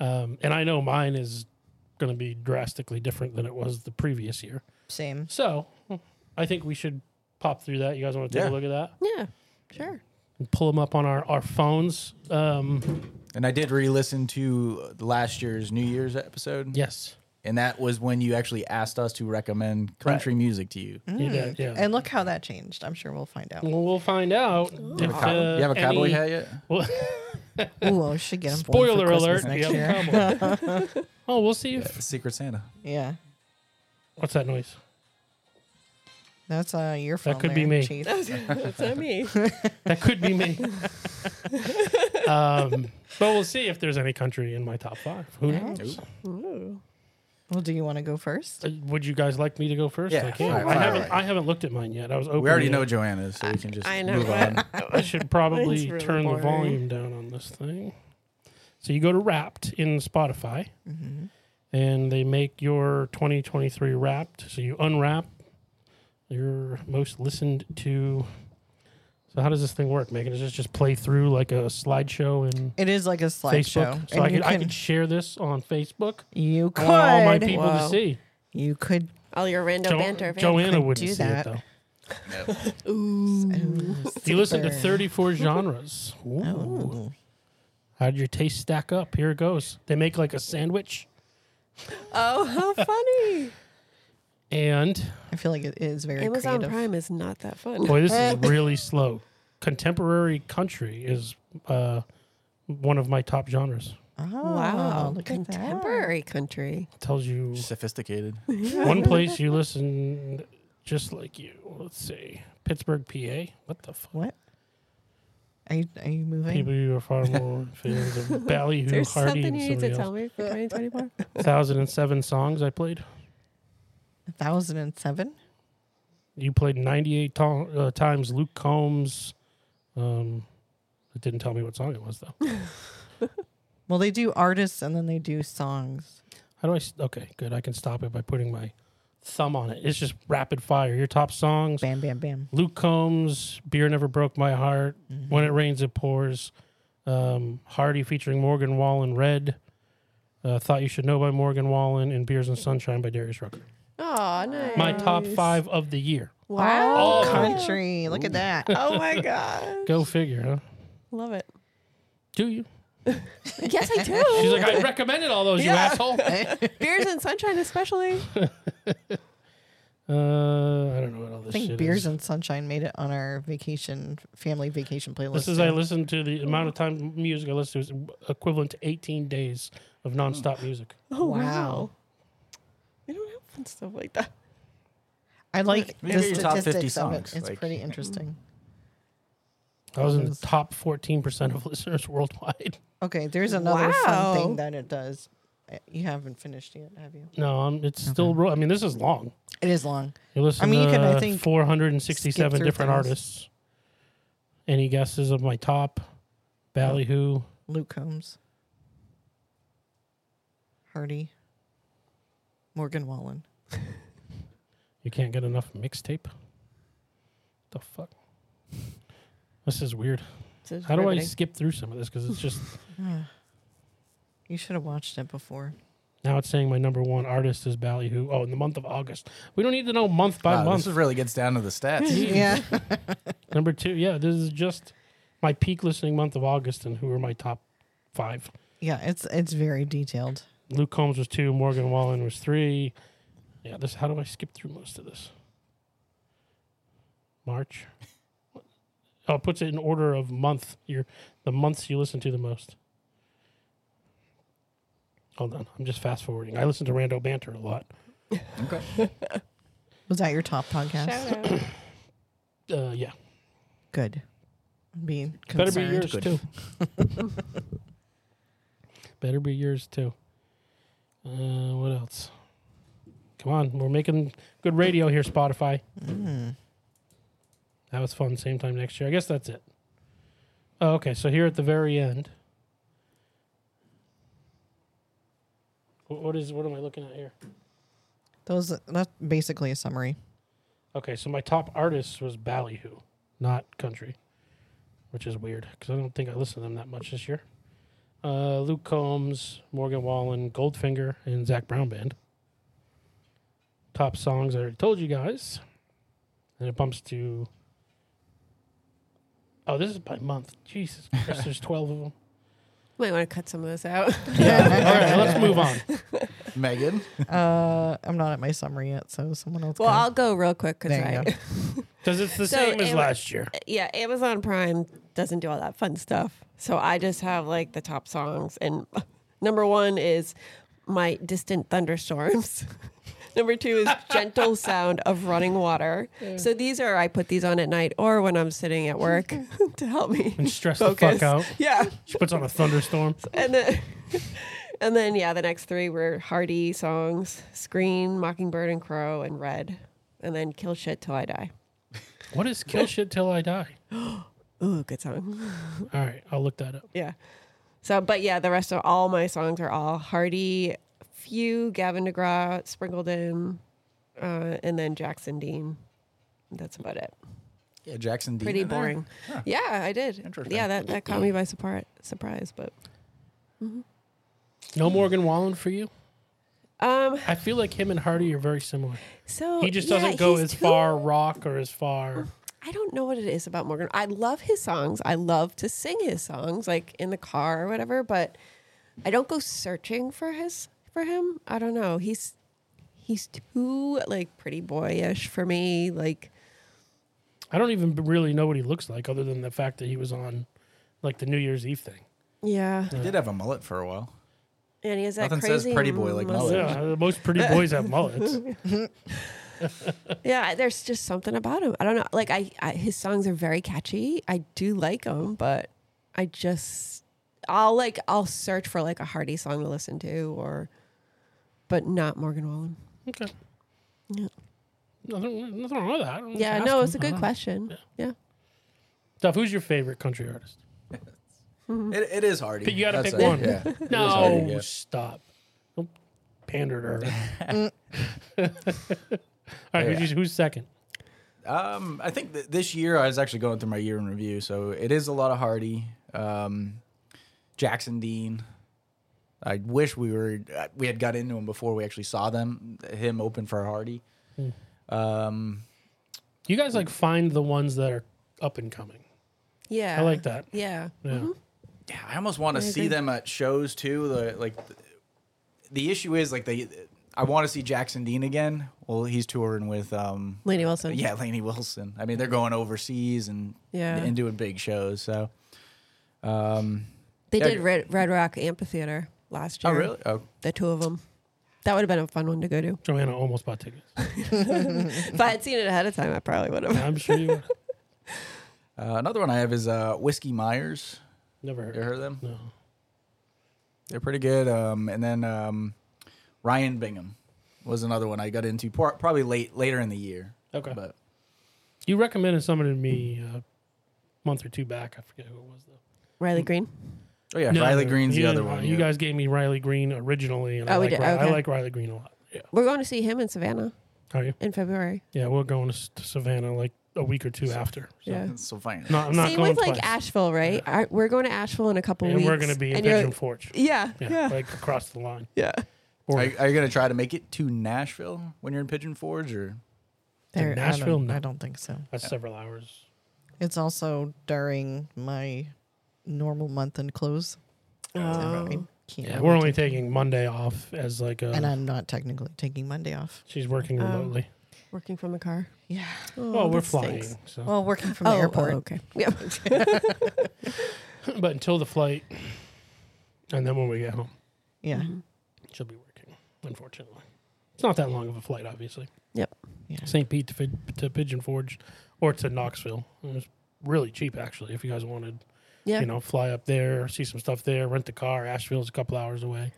Um, and I know mine is going to be drastically different than it was the previous year. Same. So I think we should pop through that. You guys want to take Yeah. a look at that? Yeah. Sure. *laughs* and pull them up on our, our phones. Um, And I did re-listen to last year's New Year's episode. yes. And that was when you actually asked us to recommend country music to you. You did, yeah. Mm. And look how that changed. I'm sure we'll find out. well, we'll find out. uh, You Uh, have a, cow- you have a cowboy hat yet? Ooh, I should get him one for spoiler Christmas alert. Next you year. have a *laughs* cowboy. oh, we'll see if. Secret Santa. Yeah, What's that noise? that's uh, your phone. could there, be me. *laughs* Chief. That's not me. That could be *laughs* me. um, but we'll see if there's any country in my top five. Who knows? Ooh. Well, do you want to go first? Uh, Would you guys like me to go first? Yeah, I can. fire- I fire haven't. away. I haven't looked at mine yet. I was. Open We already it. know Joanna's, so we can just I know, move right? *laughs* on. I should probably Mine's really turn the boring. volume down on this thing. So you go to Wrapped in Spotify, Mm-hmm. and they make your 2023 Wrapped. So you unwrap your most listened to. So how does this thing work, Megan? Does this just play through like a slideshow in It is like a slideshow. Facebook? So I you could, I can- could share this on Facebook. you I want all my could- people to Wow. see. You could. All your random Jo- banter. man. Joanna could wouldn't do see that. it though. Ooh, You listen to oh, super. *laughs* Oh. 34 genres. Ooh. Ooh. How'd your taste stack up? Here it goes. They make like a sandwich Oh, how funny. and I feel like it is very Amazon creative. Prime is not that fun. boy, this is really slow. Contemporary country is uh, one of my top genres. Oh, *laughs* Wow. look at that. Contemporary *laughs* country. tells you Sophisticated. one place you listen just like you. Let's see. Pittsburgh, PA. What the fuck? What? Are you, are you moving? People who are far *laughs* more fans of Ballyhoo, There's Hardy, something and you need somebody to tell else. me for *laughs* 2024. 1,007 songs I played. A thousand and seven. You played 98 to- uh, times Luke Combs. Um, it didn't tell me what song it was, though. Well, they do artists and then they do songs. How do I? s- Okay, good. I can stop it by putting my thumb on it. It's just rapid fire. Your top songs: Bam, bam, bam. Luke Combs, "Beer Never Broke My Heart," Mm-hmm. "When It Rains It Pours," um, Hardy featuring Morgan Wallen, "Red," uh, "Thought You Should Know" by Morgan Wallen, and "Beers and Sunshine" by Darius Rucker. Oh, nice. My top five of the year. Wow. All *laughs* Oh. Country. Look *laughs* at that. Oh my god. Go figure, huh? Love it. Do you? Yes, I do. She's like, I recommended all those, you Yeah. *laughs* asshole. *laughs* Beers and sunshine, especially. Uh, I don't know what all this I think shit Beers is. and Sunshine made it on our vacation, family vacation playlist. This is I listen to the amount of time music I listen to is equivalent to 18 days of Hmm. nonstop music. *laughs* Oh wow. Wow. We don't have fun stuff like that. I like Maybe the your top 50 statistics of it. songs, It's like- pretty interesting. I was in the Those- top 14% of *laughs* listeners worldwide. Okay, there's another fun Wow. thing that it does. Uh, You haven't finished yet, have you? No, um, it's still. Ro- I mean, this is long. It is long. You listen mean, you to can, I think, 467 skip through different things. artists. Any guesses of my top? Ballyhoo, Luke Combs, Hardy, Morgan Wallen. you can't get enough mixtape. The fuck? *laughs* This is weird. This is How do I riveting. skip through some of this? Because it's just Hmm. You should have watched it before. now it's saying my number one artist is Ballyhoo. Oh, in the month of August. We don't need to know month by Wow, month. this is really gets down to the stats. *laughs* Yeah. Number two, yeah, this is just my peak listening month of August and who were my top five. yeah, it's it's very detailed. Luke Combs was two, Morgan Wallen was three. Yeah, this how do I skip through most of this? March. *laughs* Oh, it puts it in order of month. Your the months you listen to the most. Hold on, I'm just fast forwarding. I listen to Rando Banter a lot. okay. Was that your top podcast? Shout out. *coughs* Uh, yeah, Good. I'm Being better concerned. be yours Good. too. *laughs* better be yours too. Uh, what else? Come on, we're making good radio here, Spotify. Mm. That was fun. Same time next year. I guess that's it. Oh, okay, so here at the very end. Wh- What is what am I looking at here? Those that's basically *laughs* a summary. Okay, so my top artist was Ballyhoo, not country, which is weird because I don't think I listened to them that much this year. Uh, Luke Combs, Morgan Wallen, Goldfinger, and Zach Brown Band. Top songs I already told you guys, and it bumps to. Oh, this is by month. Jesus *laughs* Christ, there's twelve of them. Might want to cut some of this out. All right, let's move *laughs* on. Megan. *laughs* Uh, I'm not at my summary yet, so someone else. well, can. I'll go real quick because There you I. go. Because it's the So same as it- last year. yeah, Amazon Prime doesn't do all that fun stuff. So I just have like the top songs, and *laughs* number one is my distant thunderstorms. *laughs* number two is gentle sound of running water. So these are I put these on at night or when I'm sitting *laughs* at work to help me And stress focus. the fuck out. *laughs* Yeah, She puts on a thunderstorm. and then. *laughs* And then, yeah, the next three were Hardy songs Screen, Mockingbird and Crow, and Red. And then Kill Shit Till I Die. What is kill shit till I die? Ooh, good song. All right, I'll look that up. Yeah. So, but yeah, the rest of all my songs are all Hardy, few Gavin DeGraw sprinkled in, uh, and then Jackson Dean. That's about it. Yeah, Jackson D. Pretty boring. Yeah, I did. Interesting. Yeah, that, that caught me by surpri- surprise. But No Morgan Wallen for you? um, I feel like him and Hardy are very similar. so He just yeah, doesn't go he's as too- far rock or as far. I don't know what it is about Morgan. I love his songs. I love to sing his songs, like in the car or whatever. But I don't go searching for his for him. I don't know. He's he's too like pretty boyish for me. Like I don't even really know what he looks like other than the fact that he was on like the New Year's Eve thing. yeah, He did have a mullet for a while. and he has that Nothing says crazy pretty boy like muscle. Oh, yeah, the most pretty boys *laughs* have mullets. Yeah, there's just something about him. I don't know. Like I, I his songs are very catchy. I do like them, but I just I'll like I'll search for like a Hardy song to listen to or but not Morgan Wallen. Okay. Yeah. Nothing, nothing wrong with that. I don't Yeah, ask no, him. it's a I don't Uh-huh. good know. question. Yeah. Duff, who's your favorite country artist? Mm-hmm. It, it is Hardy. But you gotta That's pick it, one. *laughs* Yeah. It is Hardy, No, yeah. stop. Don't pander to her. *laughs* *laughs* All right, Yeah. who's, who's second? Um, I think that this year I was actually going through my year in review, so it is a lot of Hardy, um, Jackson Dean. I wish we were uh, we had got into him before we actually saw them. Him open for Hardy. Um, You guys like find the ones that are up and coming. Yeah. I like that. Yeah. Yeah. yeah, I almost want to see agree. them at shows too. The, like the issue is like they. I want to see Jackson Dean again. Well, he's touring with um, Laney Wilson. Yeah, Laney Wilson. I mean, they're going overseas and Yeah. and doing big shows. So, um, They Yeah. did Red, Red Rock Amphitheater last year. Oh, The two of them. That would have been a fun one to *laughs* go to. Joanna almost bought tickets. If I had seen it ahead of time, I probably would have. I'm sure *laughs* you would. uh, another one I have is uh, Whiskey Myers. never heard. You of heard of them? it. No. They're pretty good. Um, and then um, Ryan Bingham was another one I got into por- probably late later in the year. Okay. But You recommended someone to me uh, a month or two back. I forget who it was though. Riley Green. oh yeah, No, Riley no, Green's you the other didn't- one. You yeah. guys gave me Riley Green originally, and I, Oh, we like, did, Ri- I okay. like Riley Green a lot. Yeah. We're going to see him in Savannah Are you? in February. Yeah, we're going to S- to Savannah like a week or two after. So. Yeah. So fine. No, I'm not Same going with like twice. Asheville, right? Our- we're going to Asheville in a couple and weeks. we're going to be in and you're- Pigeon Forge. Yeah, Yeah, yeah, like across the line. yeah. Or Are, you- are you gonna try to make it to Nashville when you're in Pigeon Forge or? In There- I Nashville? don't, No. I don't think so. that's several hours. It's also during my normal month and close. So I Oh. can't Yeah, we're only taking uh, Monday off as like and a. I'm not technically taking Monday off. She's working Um, remotely. Working from the car. Yeah. Oh, well, we're that flying, stinks. so Well, working from Oh, the airport. oh, okay. *laughs* *laughs* Yeah. *clears throat* but until the flight, and then when we get home. Yeah. She'll be working, unfortunately. It's not that long of a flight, obviously. Yep. Yeah. St. Pete to, Fid- to Pigeon Forge or to Knoxville. It was really cheap, actually, if you guys wanted, Yeah. you know, fly up there, see some stuff there, rent the car. Asheville's a couple hours away.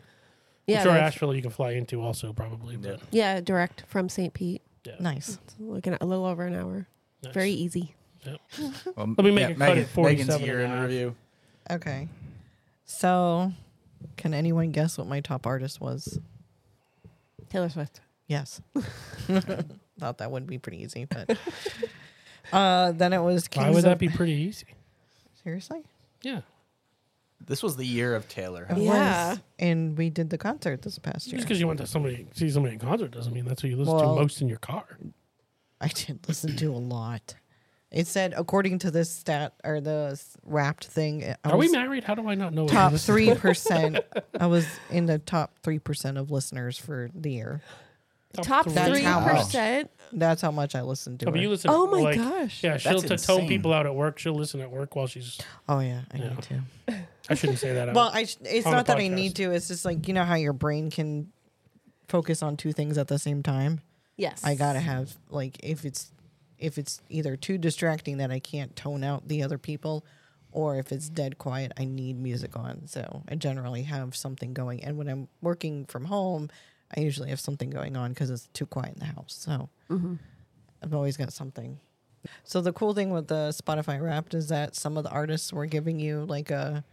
I'm Yeah, sure that's- Asheville you can fly into also probably. But yeah, direct from St. Pete. Nice. It's looking at a little over an hour. nice. Very easy. Well, Let me make a cut at 47 Megan's here and a in half. review. Okay. So, can anyone guess what my top artist was? Taylor Swift. Yes. *laughs* Thought that would be pretty *laughs* easy, but uh, then it was. Kings Why would of- that be pretty easy? Seriously? Yeah. This was the year of Taylor. It huh? was. Yeah. And we did the concert this past year. Just because you went to somebody see somebody in concert doesn't mean that's who you listen Well- to most in your car. I did listen to a lot. It said, according to this stat or the s- wrapped thing, I Are we was married? How do I not know? what *laughs* top you listen- three percent. I was in the top three percent of listeners for the year. Top three. That's three how much. percent. That's how much I listened to. Oh, but her. you listen. Oh my like, gosh. Yeah, she'll to That's tone insane. people out at work. She'll listen at work while she's. oh yeah, I Yeah. need to. I shouldn't say that. out. Well, I sh- it's On a not that I podcast. need to. It's just like you know how your brain can focus on two things at the same time. Yes. I gotta have like if it's if it's either too distracting that I can't tone out the other people, or if it's dead quiet, I need music on. So I generally have something going. And when I'm working from home, I usually have something going on because it's too quiet in the house. So I've always got something. So the cool thing with the Spotify Wrapped is that some of the artists were giving you like a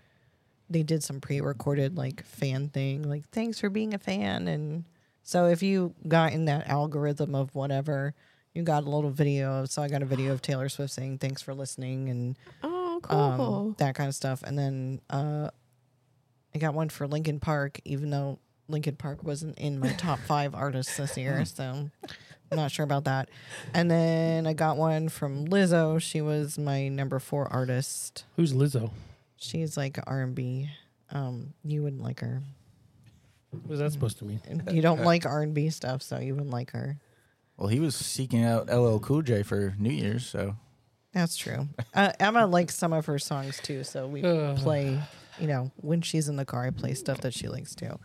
they did some pre-recorded like fan thing like thanks for being a fan and so if you got in that algorithm of whatever you got a little video so i got a video of taylor swift saying thanks for listening and Oh, um, cool. that kind of stuff and then uh, i got one for linkin park even though linkin park wasn't in my top five artists this year so i'm not sure about that and then i got one from lizzo she was my number four artist who's Lizzo? She's like R and B. Um, you wouldn't like her. What hmm. is that supposed to mean? And You don't like R and B stuff, so you wouldn't like her. Well, he was seeking out LL Cool J for New Year's, so That's true. Uh, Emma likes some of her songs too, so we Uh. play. You know, when she's in the car, I play stuff that she likes too.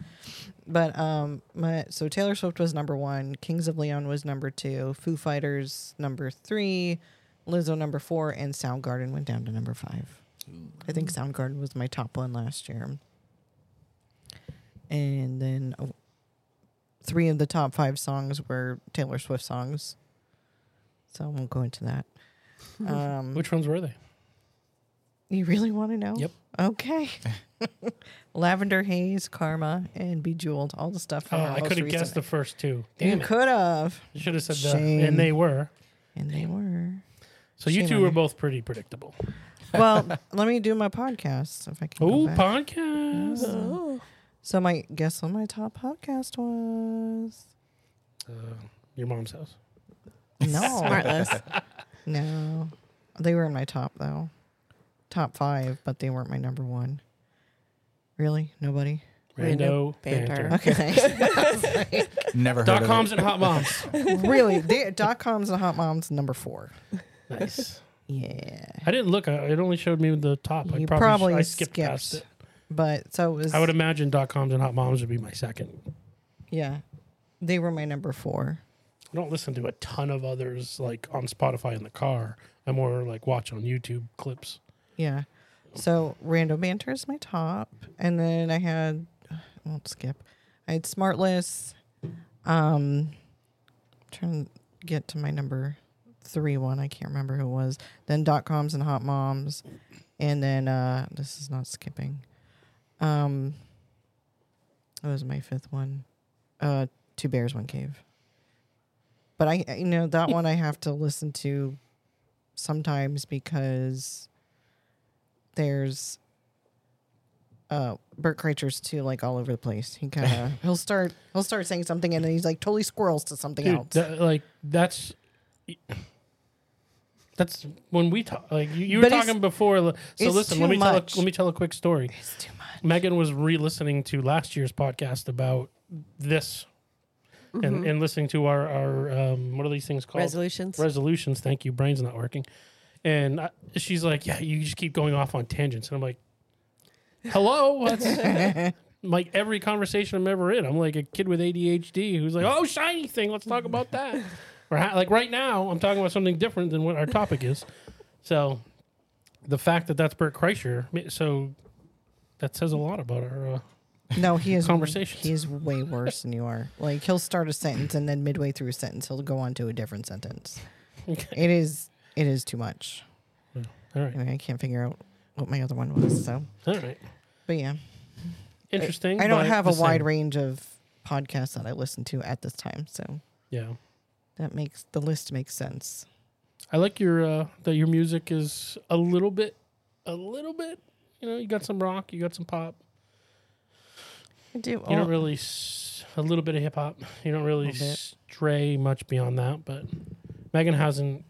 But um, my so Taylor Swift was number one, Kings of Leon was number two, Foo Fighters number three, Lizzo number four, and Soundgarden went down to number five. I think Soundgarden was my top one last year. And then oh, three of the top five songs were Taylor Swift songs. So I won't go *laughs* into that. Um, Which ones were they? you really want to know? Yep. Okay. *laughs* Lavender Haze, Karma, and Bejeweled, all the stuff. Oh, from her I most could have recent- guessed the first two. You Damn it! could have. You should have said that. Shame. And they were. And *laughs* they were. So you Shame two on were you. both pretty predictable. Well, let me do my podcast if I can. go Oh, back. podcast. Oh. so my guess what my top podcast was Uh, your mom's house. no Smartless. *laughs* No, they were in my top though, top five, but they weren't my number one. Really, nobody. Rando Rando banter. banter. Okay, thanks. never heard Dot of coms it. and hot *laughs* moms. really, they, dot coms and hot moms number four. nice. Yeah. I didn't look. I, it only showed me the top. I You probably, probably I skipped, past skipped. it. But so it was. I would imagine dot coms and hot moms would be my second. Yeah, they were my number four. I don't listen to a ton of others like on Spotify in the car. I more like watch on YouTube clips. Yeah. So Random Banter is my top, and then I had I won't skip. I had Smartless. Um, trying to get to my number three one. I can't remember who it was. Then dot coms and hot moms, and then uh, this is not skipping. Um, that was my fifth one. Uh, two bears, one cave. But I, you know, that one I have to listen to sometimes because there's uh Bert Kreischer's too like all over the place. He kind of he'll start he'll start saying something and then he's like totally squirrels to something Dude, else. that, like that's that's when we talk. Like you, you were But it's- talking before. li- So it's listen, let too me tell a, much. let me tell a quick story. it's too much. Megan was re-listening to last year's podcast about this, Mm-hmm. and, and listening to our our um, what are these things called? Mm-hmm. Resolutions. Resolutions. Thank you. Brain's not working. And I, she's like, "Yeah, you just keep going off on tangents." And I'm like, "Hello." That's *laughs* like every conversation I'm ever in. I'm like a kid with ADHD who's like, "Oh, shiny thing. Let's talk about that." or ha- like right now, I'm talking about something different than what our topic is. So, the fact that that's Bert Kreischer, ma- so that says a lot about our uh, *laughs* No, he is Conversations. He is way worse than you are. Like he'll start a sentence and then midway through a sentence he'll go on to a different sentence. Okay. It is it is too much. All right. I, mean, I can't figure out what my other one was. So, All right. but yeah, Interesting. I don't but have the a wide same. range of podcasts that I listen to at this time, so Yeah. that makes the list makes sense. I like your uh, that your music is a little bit, a little bit. You know, you got some rock, you got some pop. I do. oh, You all- don't really s- a little bit of hip hop. You don't really Little bit. stray much beyond that. But Megan hasn't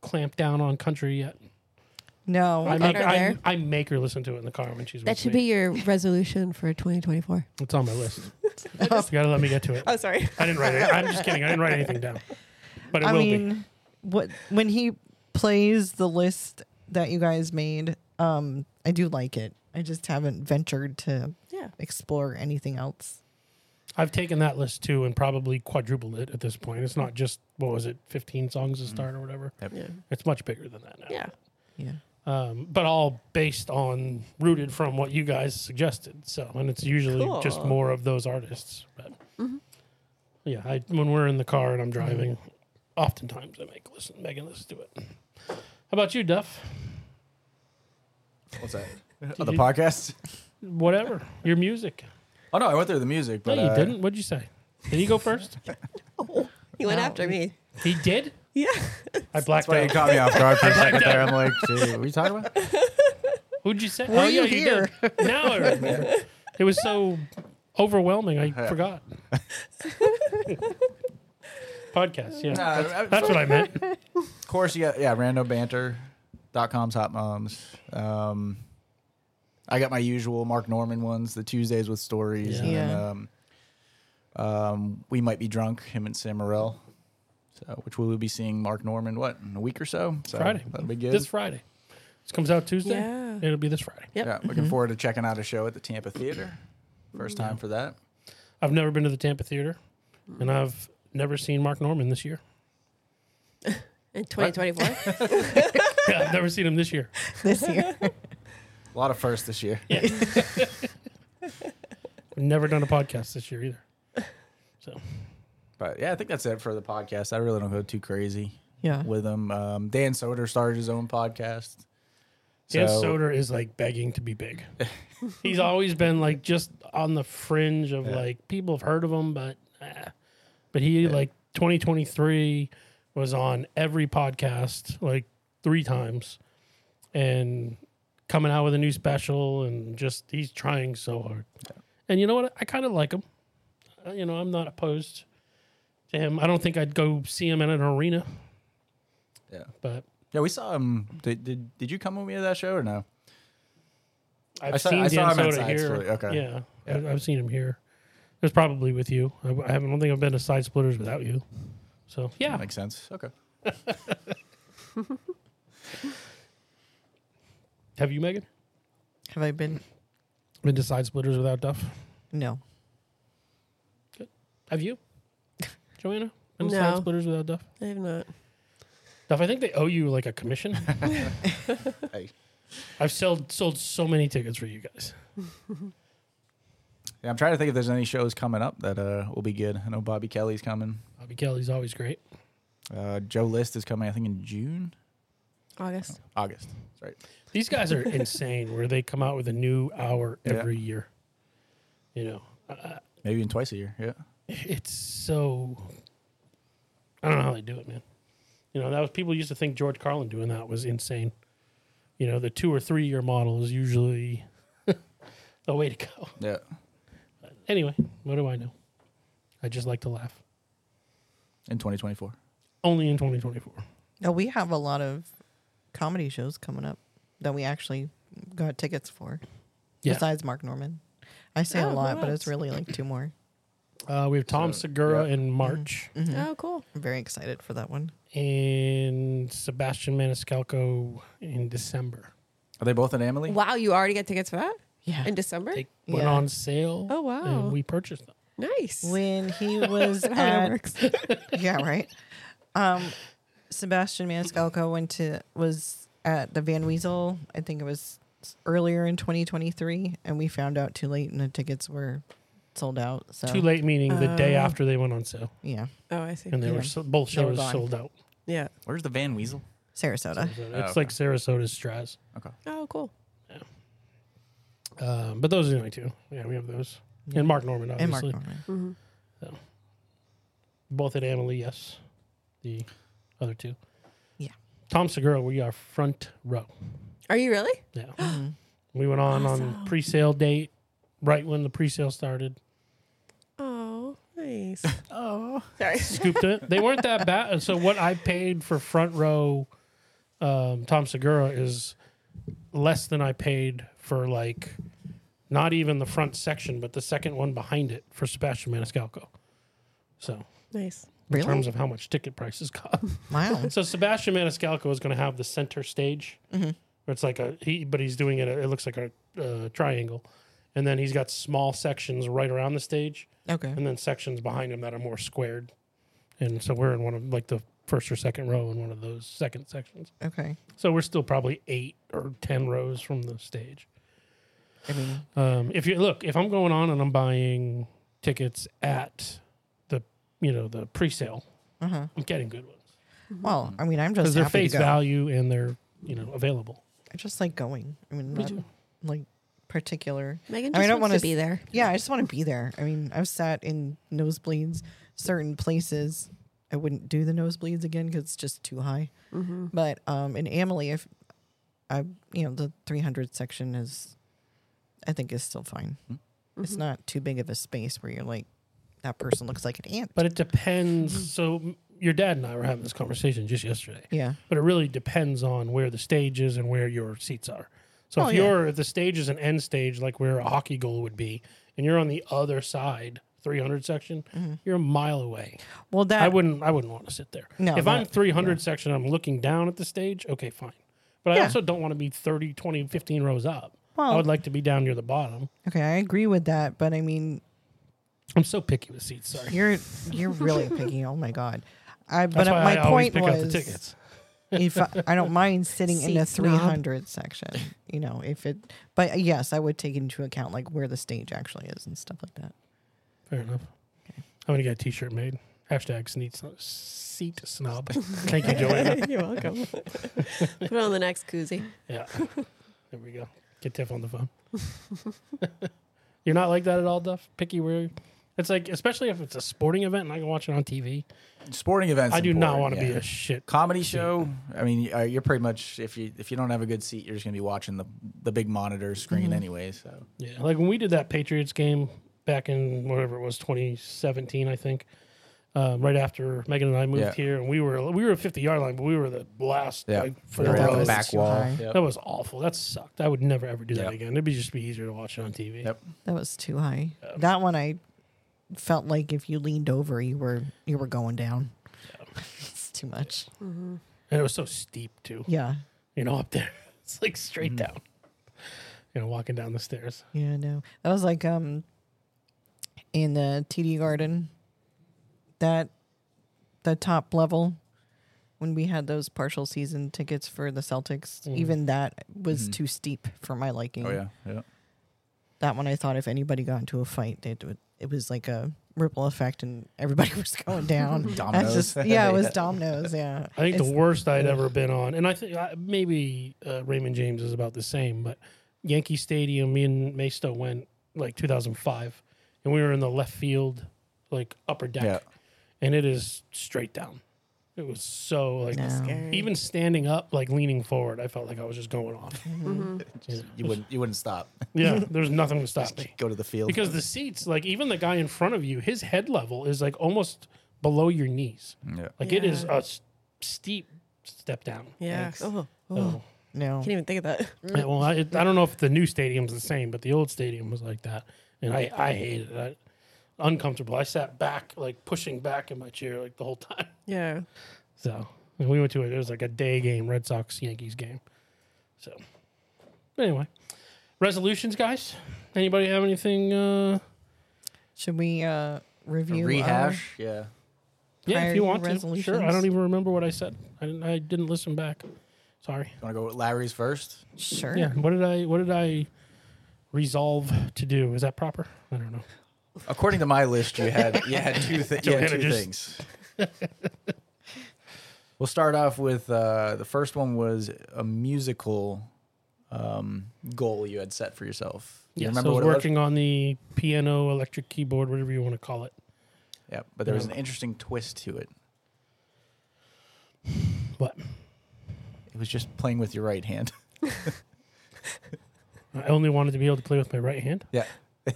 clamped down on country yet. no, I *laughs* I, make her I, there. I make her listen to it in the car when she's. That with should me. be your resolution for 2024. It's on my *laughs* list. you gotta let me get to it. Oh, sorry. I didn't write it. I'm just kidding. I didn't write anything down. But it I will be. mean, what when he plays the list that you guys made, um, I do like it. I just haven't ventured to Yeah. explore anything else. I've taken that list too and probably quadrupled it at this point. It's not just what was it, 15 songs to start or whatever. Yeah. It's much bigger than that now. Yeah. Yeah. um, but all based on rooted from what you guys suggested. So, and it's usually just Cool. Mm-hmm. more of those artists. But yeah, I, when we're in the car and I'm driving, oftentimes I make listen, Megan, let's do it. How about you, Duff? *laughs* What's that? Oh, the you- podcast? Whatever your music. Oh no, I went through the music, No, but you uh, didn't. What'd you say? Did he go first? You went Wow. after me. he did. Yeah. I blacked That's why you out. caught me off guard *laughs* for a second there. I'm like, "Gee, what are you talking about? Who'd you say? Were you here? did. *laughs* Now I remember. *laughs* it was so overwhelming. I Yeah. forgot. Podcast. Yeah. Uh, That's what I meant. *laughs* Of course, yeah, yeah, randobanter.com's hot moms. Um, I got my usual Mark Norman ones, the Tuesdays with stories, and then, Yeah. um, um, we might be drunk. Him and Sam Morrell, so which we will be seeing Mark Norman what in a week or so. so Friday. that'll be good. This Friday. This comes out Tuesday. Yeah. It'll be this Friday. Yep. Yeah, looking Mm-hmm. forward to checking out a show at the Tampa Theater. First time for that. I've never been to the Tampa Theater, and I've never seen Mark Norman this year. *laughs* In 2024. Yeah, I've never seen him this year. This year, A lot of firsts this year. I've never done a podcast this year either. So But yeah, I think that's it for the podcast. I really don't go too crazy yeah. with them. Um, Dan Soder started his own podcast. Dan So- Soder is like begging to be *laughs* big. He's always been like just on the fringe of Yeah. like people have heard of him, but eh. but he like 2023 was on every podcast like three times, and coming out with a new special and just he's trying so hard. And you know what? I kind of like him. Uh, You know, I'm not opposed to him. I don't think I'd go see him in an arena, Yeah. but Yeah, we saw him. Did did, did you come with me to that show or no? I've I saw- seen I saw Dan him Soda outside, here. so- okay. Yeah, Yeah. I, I've seen him here. It was probably with you. I, I haven't. I don't think I've been to side splitters without you. So yeah, Makes sense. Okay. have you, Megan, Have I been? been to side splitters without Duff? No. Have *laughs* you, Joanna, been to No. side splitters without Duff? *laughs* I have not. Duff, I think they owe you like a *laughs* commission. *laughs* Hey. I've sold sold so many tickets for you guys. Yeah, I'm trying to think if there's any shows coming up that uh, will be good. I know Bobby Kelly's coming. Bobby Kelly's always great. Uh, Joe List is coming. I think in June, August. August. That's right. These guys *laughs* are insane. Where they come out with a new hour Yeah. every year. You know, Maybe even twice a year. Yeah. it's so I don't know how they do it, man. You know, that was people used to think George Carlin doing that was insane. You know, the two or three year model is usually *laughs* the way to go. Yeah. Anyway, what do I know? I just like to laugh. In 2024. Only in 2024. No, we have a lot of comedy shows coming up that we actually got tickets for. Yeah. Besides Mark Norman, I say Oh, a lot, but nice. it's really like two more. Uh, we have Tom Segura yeah. in March Mm-hmm. Oh, cool. I'm very excited for that one. and Sebastian Maniscalco in December. Are they both in Emily? Wow, you already got tickets for that Yeah. in December? They went Yeah. on sale. Oh, wow. And we purchased them. nice. when *laughs* he was That's how it at works. yeah, right. Um, Sebastian Maniscalco went to was at the Van Weasel. I think it was s- earlier in 2023, and we found out too late, and the tickets were sold out. So Too late, meaning the day Oh. after they went on sale, yeah, *laughs* Oh, I see. and they Yeah. were so, both They were shows gone. sold out. Yeah. Where's the Van Weasel? Sarasota. It's okay. Oh, like Sarasota's Straz. Oh, cool. Um, but those are the only two. Yeah, we have those. And Mark Norman, obviously. and Mark *gasps* Norman. Mm-hmm. Both at Amalie, yes. The other two. Yeah. Tom Segura, we are front row. Are you really? Yeah. Mhm. we went on Awesome. on pre sale date, right when the pre sale started. Oh, nice. Oh, Sorry. Scooped it. They weren't that bad. So, what I paid for front row um, Tom Segura is less than I paid for like not even the front section, but the second one behind it for Sebastian Maniscalco. So, *laughs* Nice. in terms Really? of how much ticket prices cost. Wow. So Sebastian Maniscalco is going to have the center stage, where it's like a he, but he's doing it. It looks like a uh, triangle, and then he's got small sections right around the stage, Okay. and then sections behind him that are more squared. And so we're in one of like the first or second row in one of those second sections. Okay. So we're still probably eight or ten rows from the stage. I mean, Um, if you look, if I'm going on and I'm buying tickets at the you know the pre-sale, uh huh. I'm getting good ones Well, I mean, I'm because just they're happy to face go. value and they're you know available. I just like going. I mean, Me not, too. like particular. Megan I mean, I just don't wants wanna to be s- there. Yeah, I just want to be there. I mean, I've sat in nosebleeds, certain places. I wouldn't do the nosebleeds again because it's just too high. But um, in Amelie, if I, you know, the 300 section is, I think, is still fine. Hmm. It's not too big of a space where you're like, that person looks like an ant. But it Mm-hmm. depends. So m- your dad and I were having this conversation just yesterday. yeah, But it really depends on where the stage is and where your seats are. So Oh, if yeah. you're if the stage is an end stage like where a hockey goal would be, and you're on the other side, 300 section, you're a mile away. well, Mm-hmm. that I wouldn't I wouldn't want to sit there. No, if I'm that- 300 section, I'm looking down at the stage. Okay, fine. But I Yeah. Oh. also don't want to be 30, 20, 15 rows up. I Well- would like to be down near the bottom. Okay, I agree with that, but I mean, I'm so picky with seats. Sorry. you're you're really picky. Oh my god! I but uh, That's why my I always point pick was up the tickets. if I, I don't mind sitting in the Seat snob. 300 section, you know, if it. But yes, I would take into account like where the stage actually is and stuff like that. Fair enough. I'm gonna get a T-shirt made. Hashtag sneet snob. seat snob. Thank you, Joanna. *laughs* You're welcome. Put on the next koozie. Yeah, there we go. Get Tiff on the phone. *laughs* You're not like that at all, Duff. Picky where it's like, especially if it's a sporting event and I can watch it on TV. sporting events. I do not important, want to be yeah. a shit. comedy show. I mean, uh, you're pretty much if you if you don't have a good seat, you're just gonna be watching the the big monitor screen Mm-hmm. anyway. So Yeah, like when we did that Patriots game back in whatever it was, 2017, I think. Um, right after Megan and I moved Yeah. here, and we were we were a 50 yard line, but we were the last yeah, like, four Right Right up on the rows. was back too wall. high. Yep. That was awful. That sucked. I would never ever do Yep. that again. It'd be just be easier to watch it on TV. Yep. That was too high. That one I felt like if you leaned over, you were you were going down. *laughs* it's too much. And it was so steep too. Yeah. You know, up there. *laughs* It's like straight down. You know, walking down the stairs. Yeah, no. That was like um in the TD garden that the top level when we had those partial season tickets for the Celtics, even that was too steep for my liking. Mm-hmm. Oh yeah, yeah. That one I thought if anybody got into a fight, they would it was like a ripple effect and everybody *laughs* was going *laughs* down. That's Dominoes. just- yeah, *laughs* it was Yeah. dominoes, yeah. I think It's- the worst I'd ever been on, and I think I- maybe uh, Raymond James is about the same, but Yankee Stadium, me and Maisto went like 2005, and we were in the left field, like upper deck, Yeah. and it is straight down. It was so like No. Scary. even standing up, like leaning forward, I felt like I was just going off. Just- you wouldn't you wouldn't stop. Yeah, there's nothing to stop me. Go to the field. because the seats like even the guy in front of you his head level is like almost below your knees yeah. like it is a s- steep step down Yeah. Oh, so, No. can't even think of that. yeah, well I, it, I don't know if the new stadium's the same but the old stadium was like that and i i hated it I, uncomfortable i sat back like pushing back in my chair like the whole time *laughs* Yeah. so and we went to it it was like a day game red sox yankees game so but anyway resolutions guys anybody have anything uh Should we uh review our- Rehash. yeah. Yeah, if prior you want to. Sure. I resolutions? don't even remember what I said. I didn't, I didn't listen back. Sorry. want to go with Larry's first? Sure. Yeah. What did I? What did I resolve to do? Is that proper? I don't know. According to my list, you had you had *laughs* two, thi- you had Joanna two just- *laughs* things. we'll start off with uh, the first one was a musical um, goal you had set for yourself. You Yeah. remember so I what was it was? working on the piano, electric keyboard, whatever you want to call it. Yeah, but there was Um, an interesting twist to it. What? It was just playing with your right hand. *laughs* I only wanted to be able to play with my right hand. Yeah.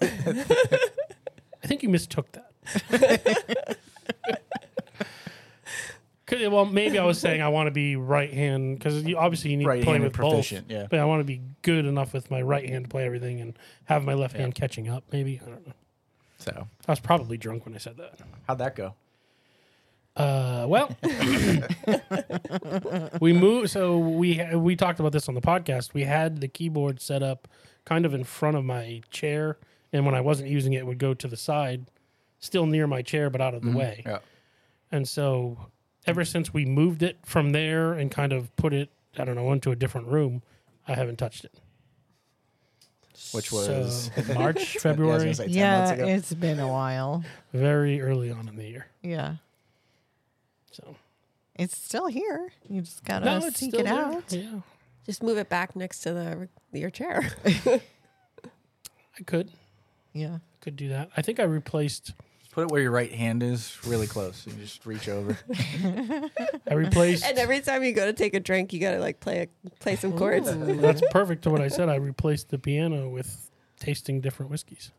I think you mistook that. *laughs* 'Cause- well, maybe I was saying I want to be right hand because you, obviously you need to play Right-handed with proficient, both. yeah. But I want to be good enough with my right hand to play everything and have my left hand catching up. Maybe I don't know. So I was probably drunk when I said that. how'd that go? Uh, well, *laughs* we moved. So we we talked about this on the podcast. We had the keyboard set up kind of in front of my chair, and when I wasn't using it, it would go to the side, still near my chair, but out of the way. Yeah. And so, ever since we moved it from there and kind of put it, I don't know, into a different room, I haven't touched it. Which So, was- March, *laughs* Yeah, I was February, gonna say 10 Yeah, months ago. it's been a while. very early on in the year. Yeah. So It's still here. You just gotta it's seek still it there. out. Yeah, Just move it back next to the your *laughs* chair. I could Yeah. could do that. I think I replaced Put it where your right hand is, really close. You just reach *laughs* over. *laughs* I replaced. and every time you go to take a drink, you gotta like play a, play some chords. *laughs* that's perfect to what I said. I replaced the piano with tasting different whiskeys.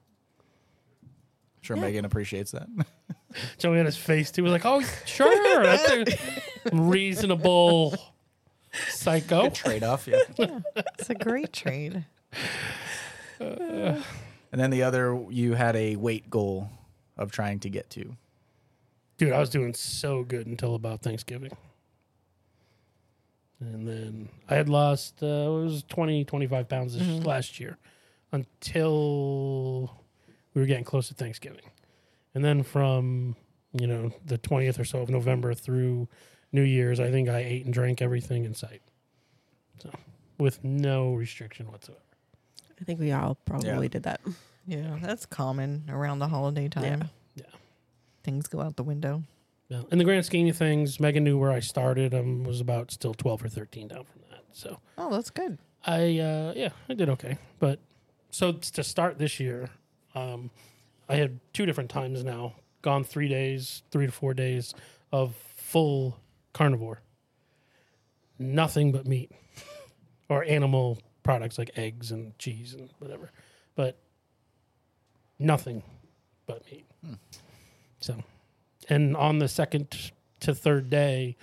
Sure, Megan appreciates *laughs* that. Joanna's face too was like, "Oh, sure, that's *laughs* a reasonable psycho." Trade off, yeah. It's a *laughs* great trade. *laughs* And then the other, you had a weight goal of trying to get to. Dude, I was doing so good until about Thanksgiving. And then I had lost, uh, it was 20, 25 pounds this last year until we were getting close to Thanksgiving. And then from, you know, the 20th or so of November through New Year's, I think I ate and drank everything in sight. So, with no restriction whatsoever. I think we all probably Yeah. did that. Yeah, that's common around the holiday time. Yeah. Things go out the window. Yeah. In the grand scheme of things, Megan knew where I started. I um, was about still 12 or 13 down from that. So, Oh, that's good. I uh, yeah, I did okay. But so t- to start this year, um, I had two different times now gone three days, three to four days of full carnivore, nothing but meat *laughs* or animal products like eggs and cheese and whatever, but nothing but meat. So, and on the second to third day,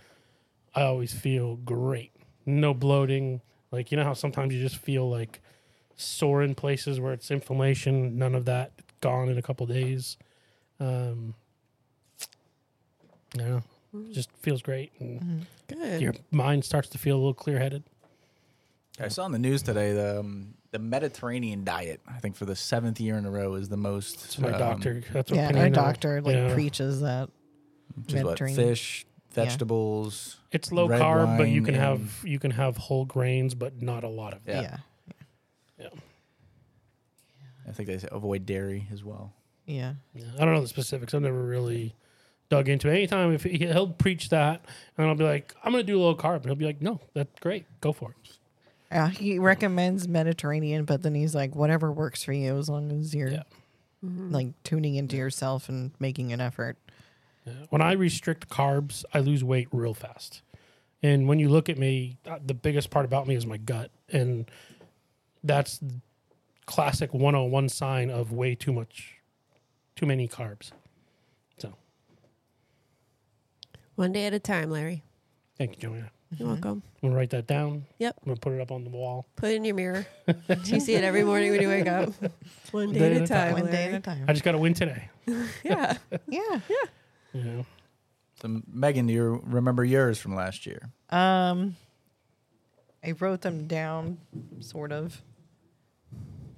I always feel great. No bloating. Like you know how sometimes you just feel like sore in places where it's inflammation. None of that gone in a couple days. Um, yeah, Mm. just feels great, and Good. your mind starts to feel a little clear headed. I saw in the news today the um, the Mediterranean diet. I think for the seventh year in a row is the most. That's my um, doctor. That's what yeah, Panino- our doctor like yeah. preaches that. which is what, Mediterranean. fish, vegetables. It's low red carb, but you wine can and- have you can have whole grains, but not a lot of it. Yeah. Yeah. Yeah. I think they say avoid dairy as well. Yeah. Yeah, I don't know the specifics. I've never really dug into it. Anytime if he, he'll preach that, and I'll be like, I'm gonna do low carb, and he'll be like, No, that's great. Go for it. Uh, he recommends Mediterranean, but then he's like, whatever works for you, as long as you're Yeah. like tuning into yourself and making an effort. Yeah. When I restrict carbs, I lose weight real fast. And when you look at me, uh, the biggest part about me is my gut, and that's classic 101 sign of way too much, too many carbs. So One day at a time, Larry. thank you, Joanna. You're welcome. I'm gonna write that down. Yep. I'm gonna put it up on the wall. Put it in your *laughs* mirror. you see it every morning when you wake *laughs* up. One day at a time. Mm-hmm. One day at Larry. a time. I just gotta win today. *laughs* Yeah. Yeah. You know. So Megan, do you remember yours from last year? Um, I wrote them down, sort of.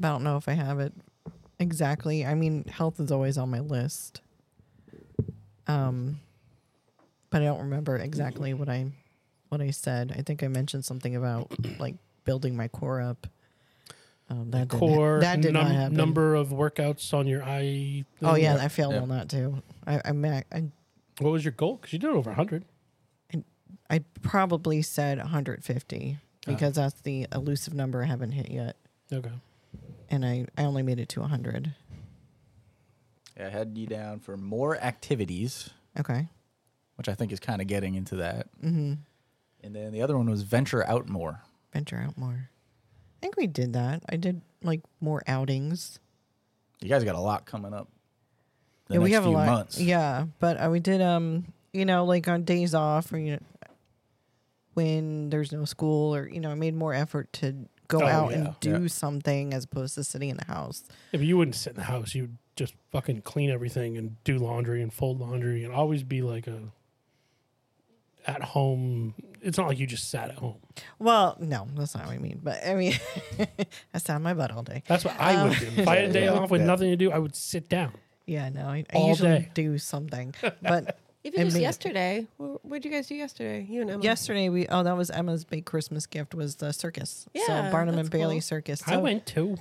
But I don't know if I have it exactly. I mean, health is always on my list. Um, but I don't remember exactly what I what I said. I think I mentioned something about like building my core up. Um, that didn't- Core that did num- not happen. number of workouts on your eye. Oh thing? yeah, I failed Yeah. on that too. I I, ma- I What was your goal? Because you did over 100. I probably said 150 Ah. because that's the elusive number I haven't hit yet, Okay. and I I only made it to 100. Yeah, I had you down for more activities, Okay. which I think is kind of getting into that. Mm-hmm. And then the other one was venture out more. Venture out more. I think we did that. I did like more outings. You guys got a lot coming up. The yeah, next we have few a lot. months. Yeah, but uh, we did um, you know, like on days off or you know, when there's no school or you know, I made more effort to go Oh, out yeah. and do Yeah. something as opposed to sitting in the house. If you wouldn't sit in the house, you'd just fucking clean everything and do laundry and fold laundry and always be like a at home. It's not like you just sat at home. Well, no, that's not what I mean. But I mean, *laughs* I sat on my butt all day. That's what I would do. Oh. If *laughs* I had a day Yeah. off with Yeah. nothing to do, I would sit down. Yeah, no, I, I All usually day. do *laughs* something. But Even And just me. yesterday, wh- what'd you guys do yesterday? You and Emma. yesterday we oh that was Emma's big Christmas gift was the circus. Yeah, so Barnum and that's Bailey cool. circus. I So- went too.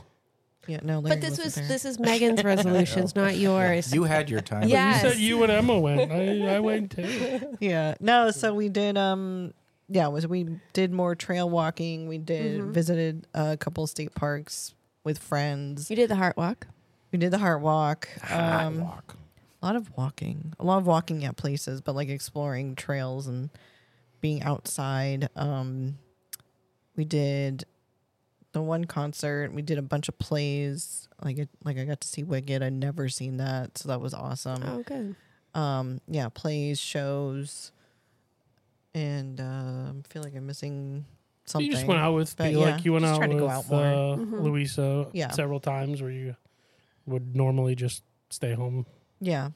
Yeah, no, Larry But this wasn't was there. this is *laughs* Megan's resolutions, not yours. You had your time. Yeah. *laughs* You Yes. said you and Emma went. *laughs* I, I went too. Yeah. No, so we did um yeah, it was we did more trail walking. We did Mm-hmm. visited a couple state parks with friends. You did the heart walk. We did the heart walk. Ah, Hot Um walk. a lot of walking. A lot of walking at places, but like exploring trails and being outside. Um we did the one concert. We did a bunch of plays. Like it, like I got to see Wicked. I'd never seen that, so that was awesome Oh, good. um yeah plays shows and um feel like i'm missing something You just went out with But be yeah, like you went just out trying with to go out more. Uh, Mm-hmm. Louisa Yeah. several times where you would normally just stay home. yeah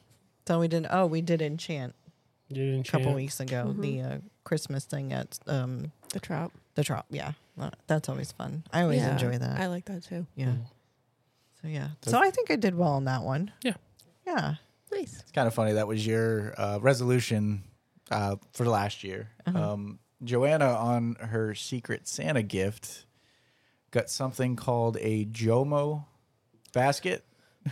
so we did oh we did enchant You didn't a couple chant. weeks ago the uh, christmas thing at um The trout. the trop yeah Uh, that's always fun i always Yeah, enjoy that I like that too. yeah so yeah so i think i did well on that one Yeah. yeah Nice. It's kind of funny. That was your uh, resolution uh, for last year. Um, Joanna, on her Secret Santa gift, got something called a Jomo basket.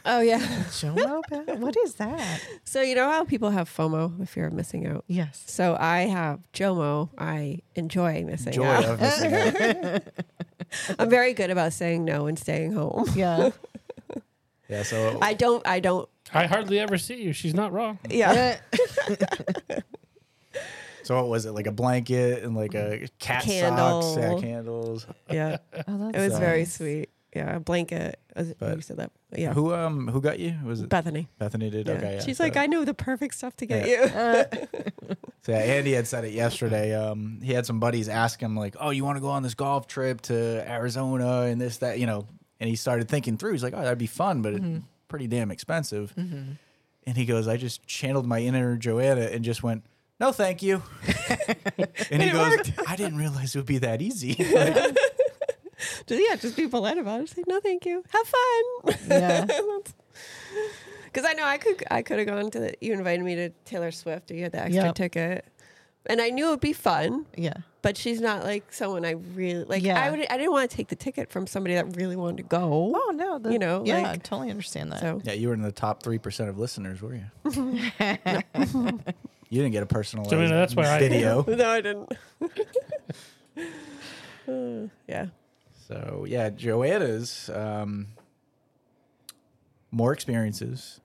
Oh yeah. *laughs* Jomo Ba- *laughs* what is that So you know how people have FOMO, the fear of missing out. yes So I have JOMO. I enjoy missing Joy out. of missing out. *laughs* I'm very good about saying no and staying home. *laughs* yeah *laughs* Yeah, so I don't. I don't. I hardly ever see you. She's not wrong. Oh, Yeah. so what was it like a blanket and like a cat socks, yeah, Candle. candles. Yeah. oh, It that's was So- very sweet. Yeah. A blanket. Was it- But- you said that. Yeah. Who um who got you? Was it Bethany. Bethany did? Yeah. Okay, yeah. She's So- like, I know the perfect stuff to get Yeah. you. So yeah, Andy had said it yesterday. Um, he had some buddies ask him like, "Oh, you want to go on this golf trip to Arizona and this that you know?" And he started thinking through. He's like, "Oh, that'd be fun, but it, pretty damn expensive." And he goes, "I just channeled my inner Joanna and just went." No, thank you. and he goes, I didn't realize it would be that easy. Like, Just- yeah, just be polite about it. Just like, no, thank you. Have fun. *laughs* Yeah. Because I know I could, I could have gone to. The, you invited me to Taylor Swift. You had the extra Yep. ticket, and I knew it would be fun. yeah But she's not like someone I really like. Yeah. I would, I didn't want to take the ticket from somebody that really wanted to go. oh no the, You know, yeah like- i totally understand that So yeah, you were in the top 3% of listeners, were you? you didn't get a personalized Joanna, that's why I- video. *laughs* no, I didn't. Uh, yeah. So yeah, Joanna's um, more experiences.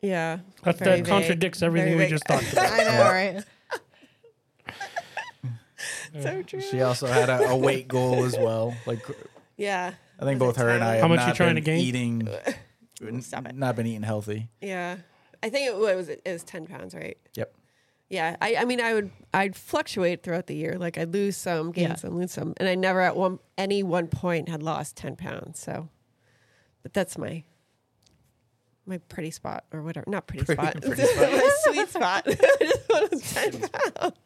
Yeah. That, Very that vague. contradicts everything we Very vague. just talked about. *laughs* I know, right? *laughs* So true. She also had a, a weight goal as well. Like Yeah. I think both her and I How have much not you trying been to gain? eating. n- Stop it. Not been eating healthy. Yeah. I think it was it was ten pounds, right? Yep. Yeah, I, I mean, I would I'd fluctuate throughout the year. Like I'd lose some, gain Yeah. some, lose some, and I never at one any one point had lost ten pounds. So, but that's my my pretty spot or whatever. Not pretty, spot. *laughs* my sweet spot. *laughs* I just wanted ten pounds.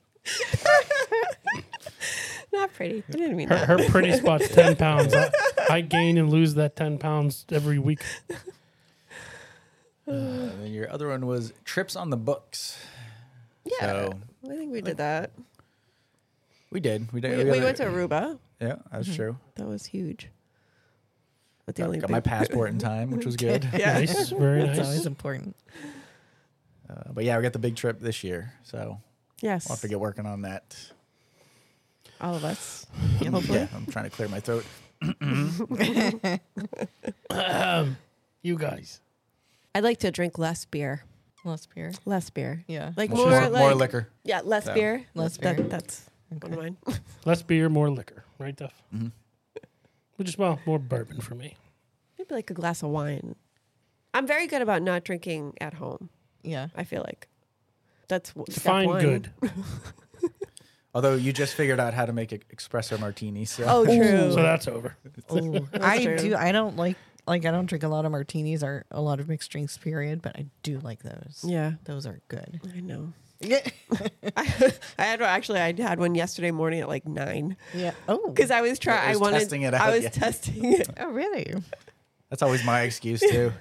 *laughs* Not pretty. I didn't mean Her, that. *laughs* her pretty spot's 10 pounds. I, I gain and lose that 10 pounds every week. Uh, And then your other one was trips on the books. yeah, So I think we did that. We did. We did. We, we got went to Aruba. Yeah, that's true. That was huge. But the Got only got big- my passport *laughs* in time, which was good. Yeah. *laughs* Nice, *laughs* very That's always nice. important. Uh, but yeah, we got the big trip this year, so Yes. I'll have to get working on that. All of us. Yeah, hopefully. Yeah, I'm trying to clear my throat. *clears throat* You guys. I'd like to drink less beer. Less beer. Less beer. Yeah. Like More, more, more, like, liquor. Yeah, less So, beer. less That- beer. that's one of mine. *clears throat* *laughs* Less beer, more liquor, right, Duff? Mhm. Which is well, more bourbon for me. Maybe like a glass of wine. I'm very good about not drinking at home. Yeah. I feel like that's w- step Fine, one. good. Although you just figured out how to make ex- espresso martinis. So. Oh, true. So that's over. I true. do. I don't like like I don't drink a lot of martinis or a lot of mixed drinks. Period. But I do like those. yeah, Those are good. *laughs* I know. Yeah. I, I had actually I had one yesterday morning at like nine yeah. Oh. because I was trying. It I was wanted. testing it I out, was yeah. testing it. *laughs* Oh really? That's always my excuse *laughs* too.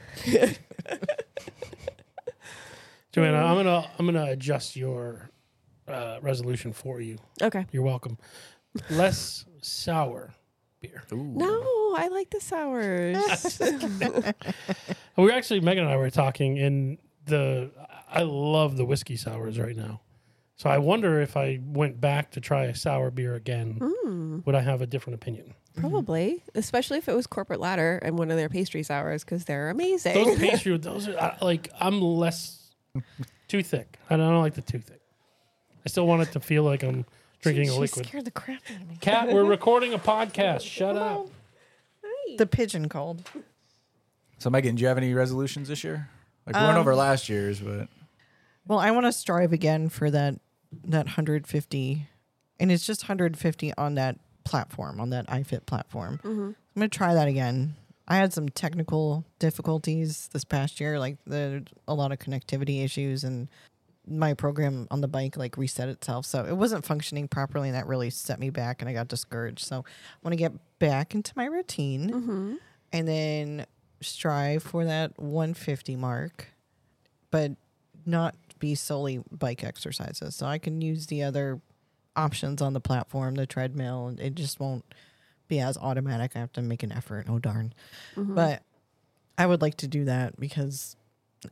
Joanna, I'm gonna I'm gonna adjust your uh, resolution for you. Okay. You're welcome. Less sour beer. Ooh. No, I like the *laughs* sours. *laughs* We were actually Megan and I were talking, and the I love the whiskey sours right now. So I wonder if I went back to try a sour beer again, Hmm. would I have a different *laughs* opinion? Probably, especially if it was corporate ladder and one of their pastry sours because they're amazing. Those pastry, those are I, like I'm less too thick. I don't, I don't like the too thick. I still want it to feel like I'm drinking a She liquid. scared the crap out of me. Cat, we're recording a *laughs* podcast. Shut up. The pigeon called. So Megan, do you have any resolutions this year? Like we Um, went over last year's, but Well, I want to strive again for that that 150, and it's just 150 on that platform, on that iFit platform. I'm gonna try that again. I had some technical difficulties this past year, like the a lot of connectivity issues, and my program on the bike like reset itself, so it wasn't functioning properly, and that really set me back, and I got discouraged. So I want to get back into my routine, and then strive for that 150 mark but not be solely bike exercises. So I can use the other options on the platform, the treadmill, and it just won't be as automatic. I have to make an effort. Oh darn. But I would like to do that because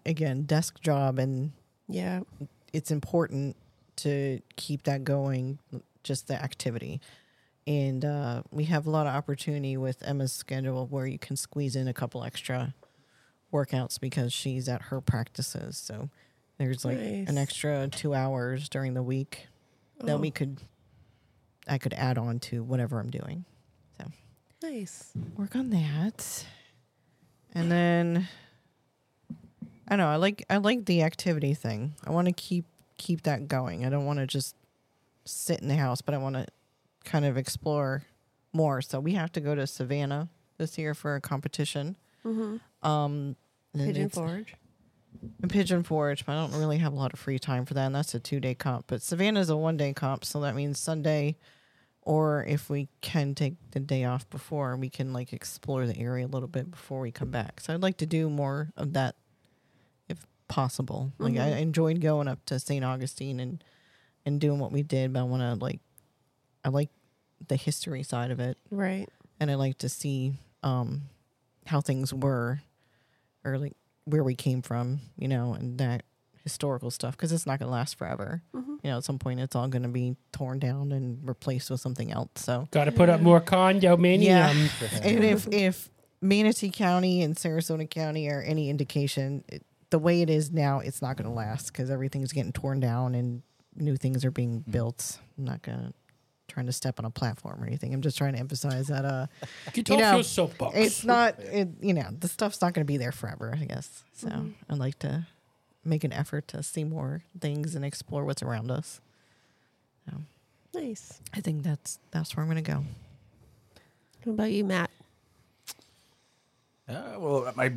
again, desk job and yeah, it's important to keep that going, just the activity. And uh, we have a lot of opportunity with Emma's schedule where you can squeeze in a couple extra workouts because she's at her practices. So there's like Nice. an extra two hours during the week Oh, that we could, I could add on to whatever I'm doing. So nice. work on that and then i know i like i like the activity thing i want to keep keep that going i don't want to just sit in the house but i want to kind of explore more so we have to go to savannah this year for a competition um and Pigeon it's- forge. and Pigeon Forge, but I don't really have a lot of free time for that. And that's a two day comp. But Savannah's a one day comp, so that means Sunday, or if we can take the day off before, we can like explore the area a little bit before we come back. So I'd like to do more of that if possible. Like I enjoyed going up to St. Augustine and and doing what we did, but I want to like I like the history side of it Right. and I like to see um, how things were, or like where we came from, you know, and that historical stuff because it's not going to last forever. You know, at some point, it's all going to be torn down and replaced with something else. So, Got to put up more condominiums. and if if Manatee County and Sarasota County are any indication, it, the way it is now, it's not going to last because everything's getting torn down and new things are being built. I'm not going to trying to step on a platform or anything. I'm just trying to emphasize that uh Get off know, your soapbox. it's not it, you know the stuff's not going to be there forever i guess so i'd like to make an effort to see more things and explore what's around us Nice. i think that's that's where i'm going to go What about you, Matt? uh, well, my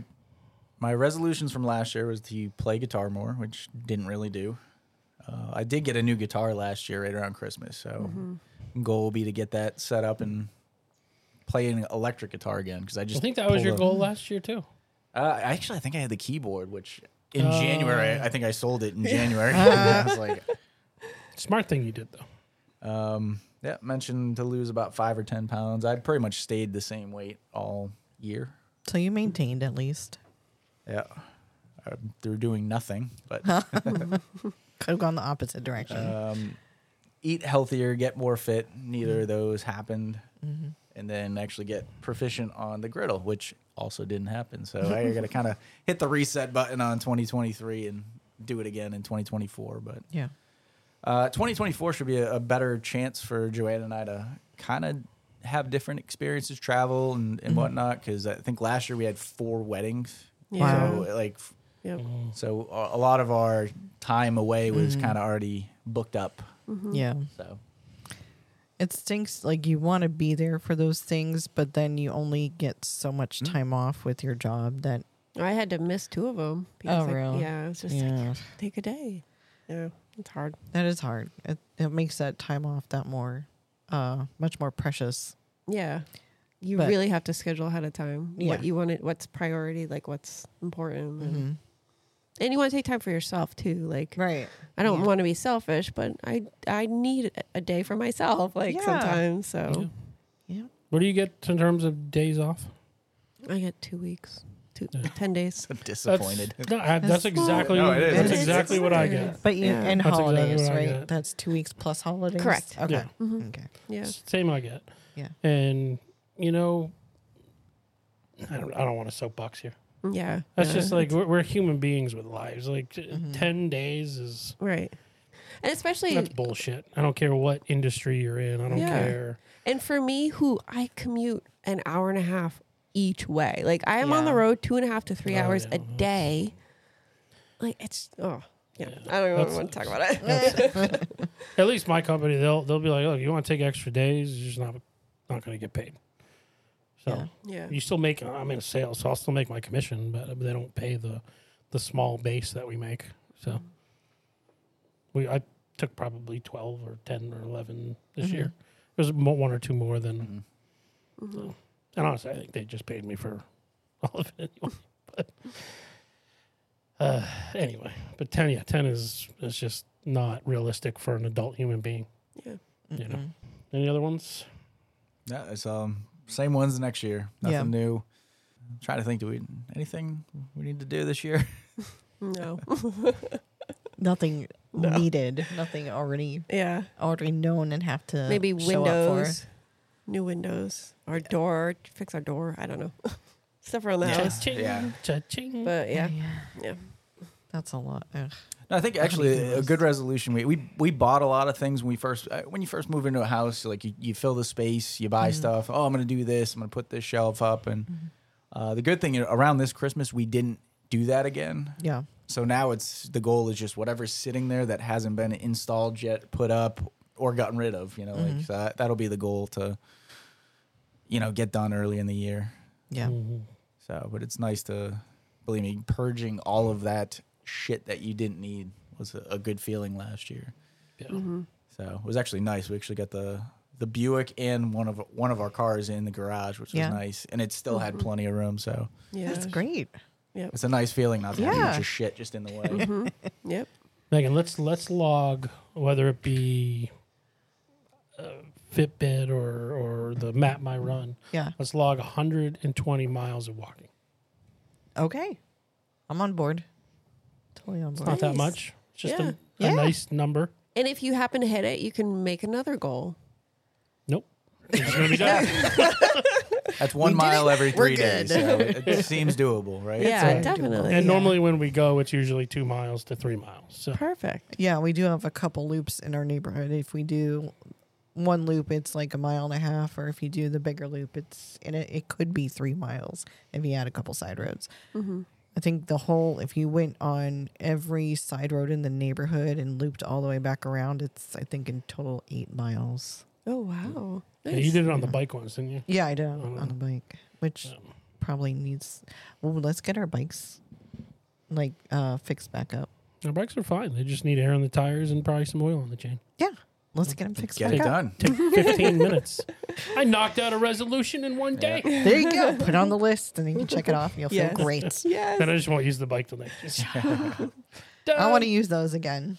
my resolutions from last year was to play guitar more, which didn't really do. Uh, I did get a new guitar last year, right around Christmas. So Mm-hmm. goal will be to get that set up and play an electric guitar again because I I just think that was pulled your a- goal last year too. Uh, actually, I think I had the keyboard, which in Oh. January I, I think I sold it in January. I was like, Smart thing you did though. Um, yeah, mentioned to lose about five or ten pounds. I pretty much stayed the same weight all year. So you maintained at least. Yeah, uh, through doing nothing, but Could have gone the opposite direction. um, eat healthier, get more fit. Neither of those happened, and then actually get proficient on the griddle, which also didn't happen. So I got to kind of hit the reset button on 2023 and do it again in 2024. But yeah. uh, 2024 should be a, a better chance for Joanne and I to kind of have different experiences, travel and, and whatnot. Because I think last year we had four weddings. Yeah. So like, f- Yep. so a a lot of our time away was kind of already booked up. Yeah. So *laughs* It stinks like you want to be there for those things, but then you only get so much time off with your job that I had to miss two of them. Oh, really? Yeah, it was just like, yeah, take a day. Yeah, it's hard. that is hard. It, it makes that time off that more uh much more precious. Yeah, you But- really have to schedule ahead of time Yeah. what you want. It, what's priority? Like what's important. and- Mhm. And you want to take time for yourself too. Like Right. I don't Yeah. want to be selfish, but I I need a- a day for myself. Like Yeah. sometimes, so Yeah. What do you get in terms of days off? I get two weeks, two, ten days. *laughs* disappointed. That's, no, I- that's exactly No, it is. that's It is. exactly what I It get. is. But you Yeah. and That's exactly holidays, what I right? got. That's 2 weeks plus holidays. Correct. Okay. Yeah. Mhm. Okay. Yeah, Same I get. Yeah. And you know, I don't. I don't want to soapbox here. yeah. That's Yeah. just like we're, we're human beings with lives. Like t- Mm-hmm. ten days is right, and especially that's bullshit. I don't care what industry you're in. I don't Yeah. *laughs* care. And for me, who I commute an hour and a half each way, like I am on the Yeah. road two and a half to three Oh, hours yeah, a that's- day. Like it's oh yeah, Yeah, I don't even that's- want to talk about it. *laughs* At least my company, they'll they'll be like, oh, you want to take extra days? You're just not not going to get paid. So Yeah. yeah, you still make. I'm in sales, so I'll still make my commission, but they don't pay the the small base that we make. So we I took probably twelve or ten or eleven this year. There's mo- one or two more than. Mm-hmm. so. And honestly, I think they just paid me for *laughs* all of it anyway. But uh, anyway, but ten, yeah, ten is is just not realistic for an adult human being. Yeah. Mm-hmm. You know. Any other ones? Yeah, it's um same ones next year. Nothing Yeah. new. I'm trying to think, do we anything we need to do this year? no, *laughs* Nothing No. needed. Nothing already yeah, already known and have to maybe show up for. windows, new windows, our door, fix our door. I don't know *laughs* stuff around the house, Cha-ching, Yeah. cha-ching. but yeah, yeah. That's a lot. Ugh. No, I think How do you actually do a this? good resolution. We, we we bought a lot of things when we first uh, when you first move into a house. Like you, you fill the space, you buy stuff. Oh, I'm gonna do this. I'm gonna put this shelf up. And uh, the good thing you know, around this Christmas, we didn't do that again. Yeah. So now it's the goal is just whatever's sitting there that hasn't been installed yet, put up or gotten rid of. You know, like so that, that'll be the goal to, you know, get done early in the year. Yeah. Mm-hmm. So, but it's nice to, believe me, purging all of that shit that you didn't need was a, a good feeling last year. Yeah. So it was actually nice. We actually got the the Buick and one of one of our cars in the garage, which was Yeah. nice, and it still Mm-hmm. had plenty of room. So Yeah. That's great. it's a nice feeling not to have a bunch Yeah. Mm-hmm. of shit just in the way. Yep. Megan, let's let's log whether it be uh, Fitbit or or the Map My Run. Yeah. Let's log 120 miles of walking. Okay. I'm on board. Totally on It's board. not that Nice. much. It's just a, Yeah. a Yeah. nice number. And if you happen to hit it, you can make another goal. Nope. It's just gonna be done. That's one mile every We're 3 days. So good. it seems doable, right? yeah, right. definitely. and yeah. normally when we go, it's usually two miles to three miles. So perfect. Yeah, we do have a couple loops in our neighborhood. If we do one loop, it's like a mile and a half, or if you do the bigger loop, it's and it, it could be three miles if you add a couple side roads. Mm-hmm. I think the whole if you went on every side road in the neighborhood and looped all the way back around, it's I think in total eight miles. Oh wow. Yeah, you did it on the bike once, didn't you? Yeah, I did on, on a bike, which probably needs. Well, let's get our bikes like uh fixed back up. Our bikes are fine. They just need air on the tires and probably some oil on the chain. Yeah, let's get them fixed Get back it up. done. *laughs* Take 15 minutes. I knocked out a resolution in one day. There you *laughs* go. Put it on the list and then you check it off. and You'll Yes. feel great. Yes. *laughs* Then I just won't use the bike till next year. I want to use those again.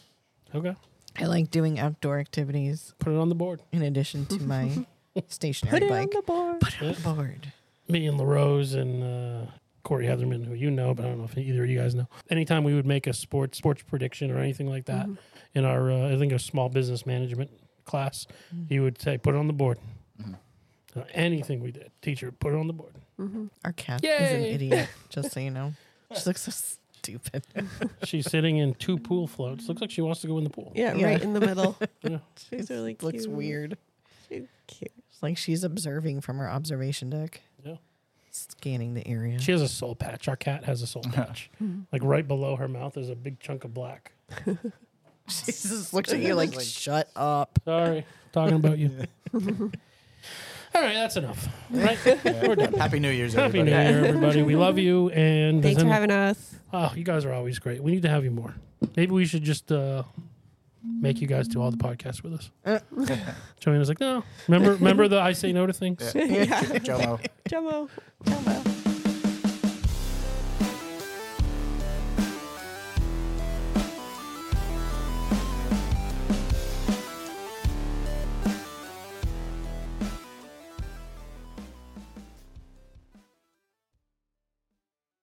Okay. I like doing outdoor activities Put it on the board. in addition to *laughs* my stationary Put it bike. on the board. Put it on board. me and LaRose and uh, Corey Heatherman, who you know, but I don't know if either of you guys know. Anytime we would make a sports sports prediction or anything like that in our, uh, I think, a small business management class, Mm-hmm. he would say, "Put it on the board." Mm-hmm. Uh, anything we did, teacher, put it on the board. Mm-hmm. Our cat is an Yay. *laughs* idiot, just so you know. She looks so stupid. She's sitting in two pool floats. Looks like she wants to go in the pool. Yeah, Yeah. right in the middle. *laughs* Yeah. She's really cute. looks weird. She's cute. It's like she's observing from her observation deck. Yeah. Scanning the area. *laughs* She has a soul patch. Our cat has a soul patch. Hmm. like right below her mouth is a big chunk of black. She's just looks at you like, shut up. Sorry, talking about you. *laughs* All right, that's enough. Right, we're done. Happy New Year's, Happy everybody. New Year, everybody. We love you. And Thanks does for any- having us. Oh, you guys are always great. We need to have you more. Maybe we should just uh, make you guys do all the podcasts with us. Uh. *laughs* Joanne was like, no. Remember, remember the I say no to things. Jomo. Jumbo.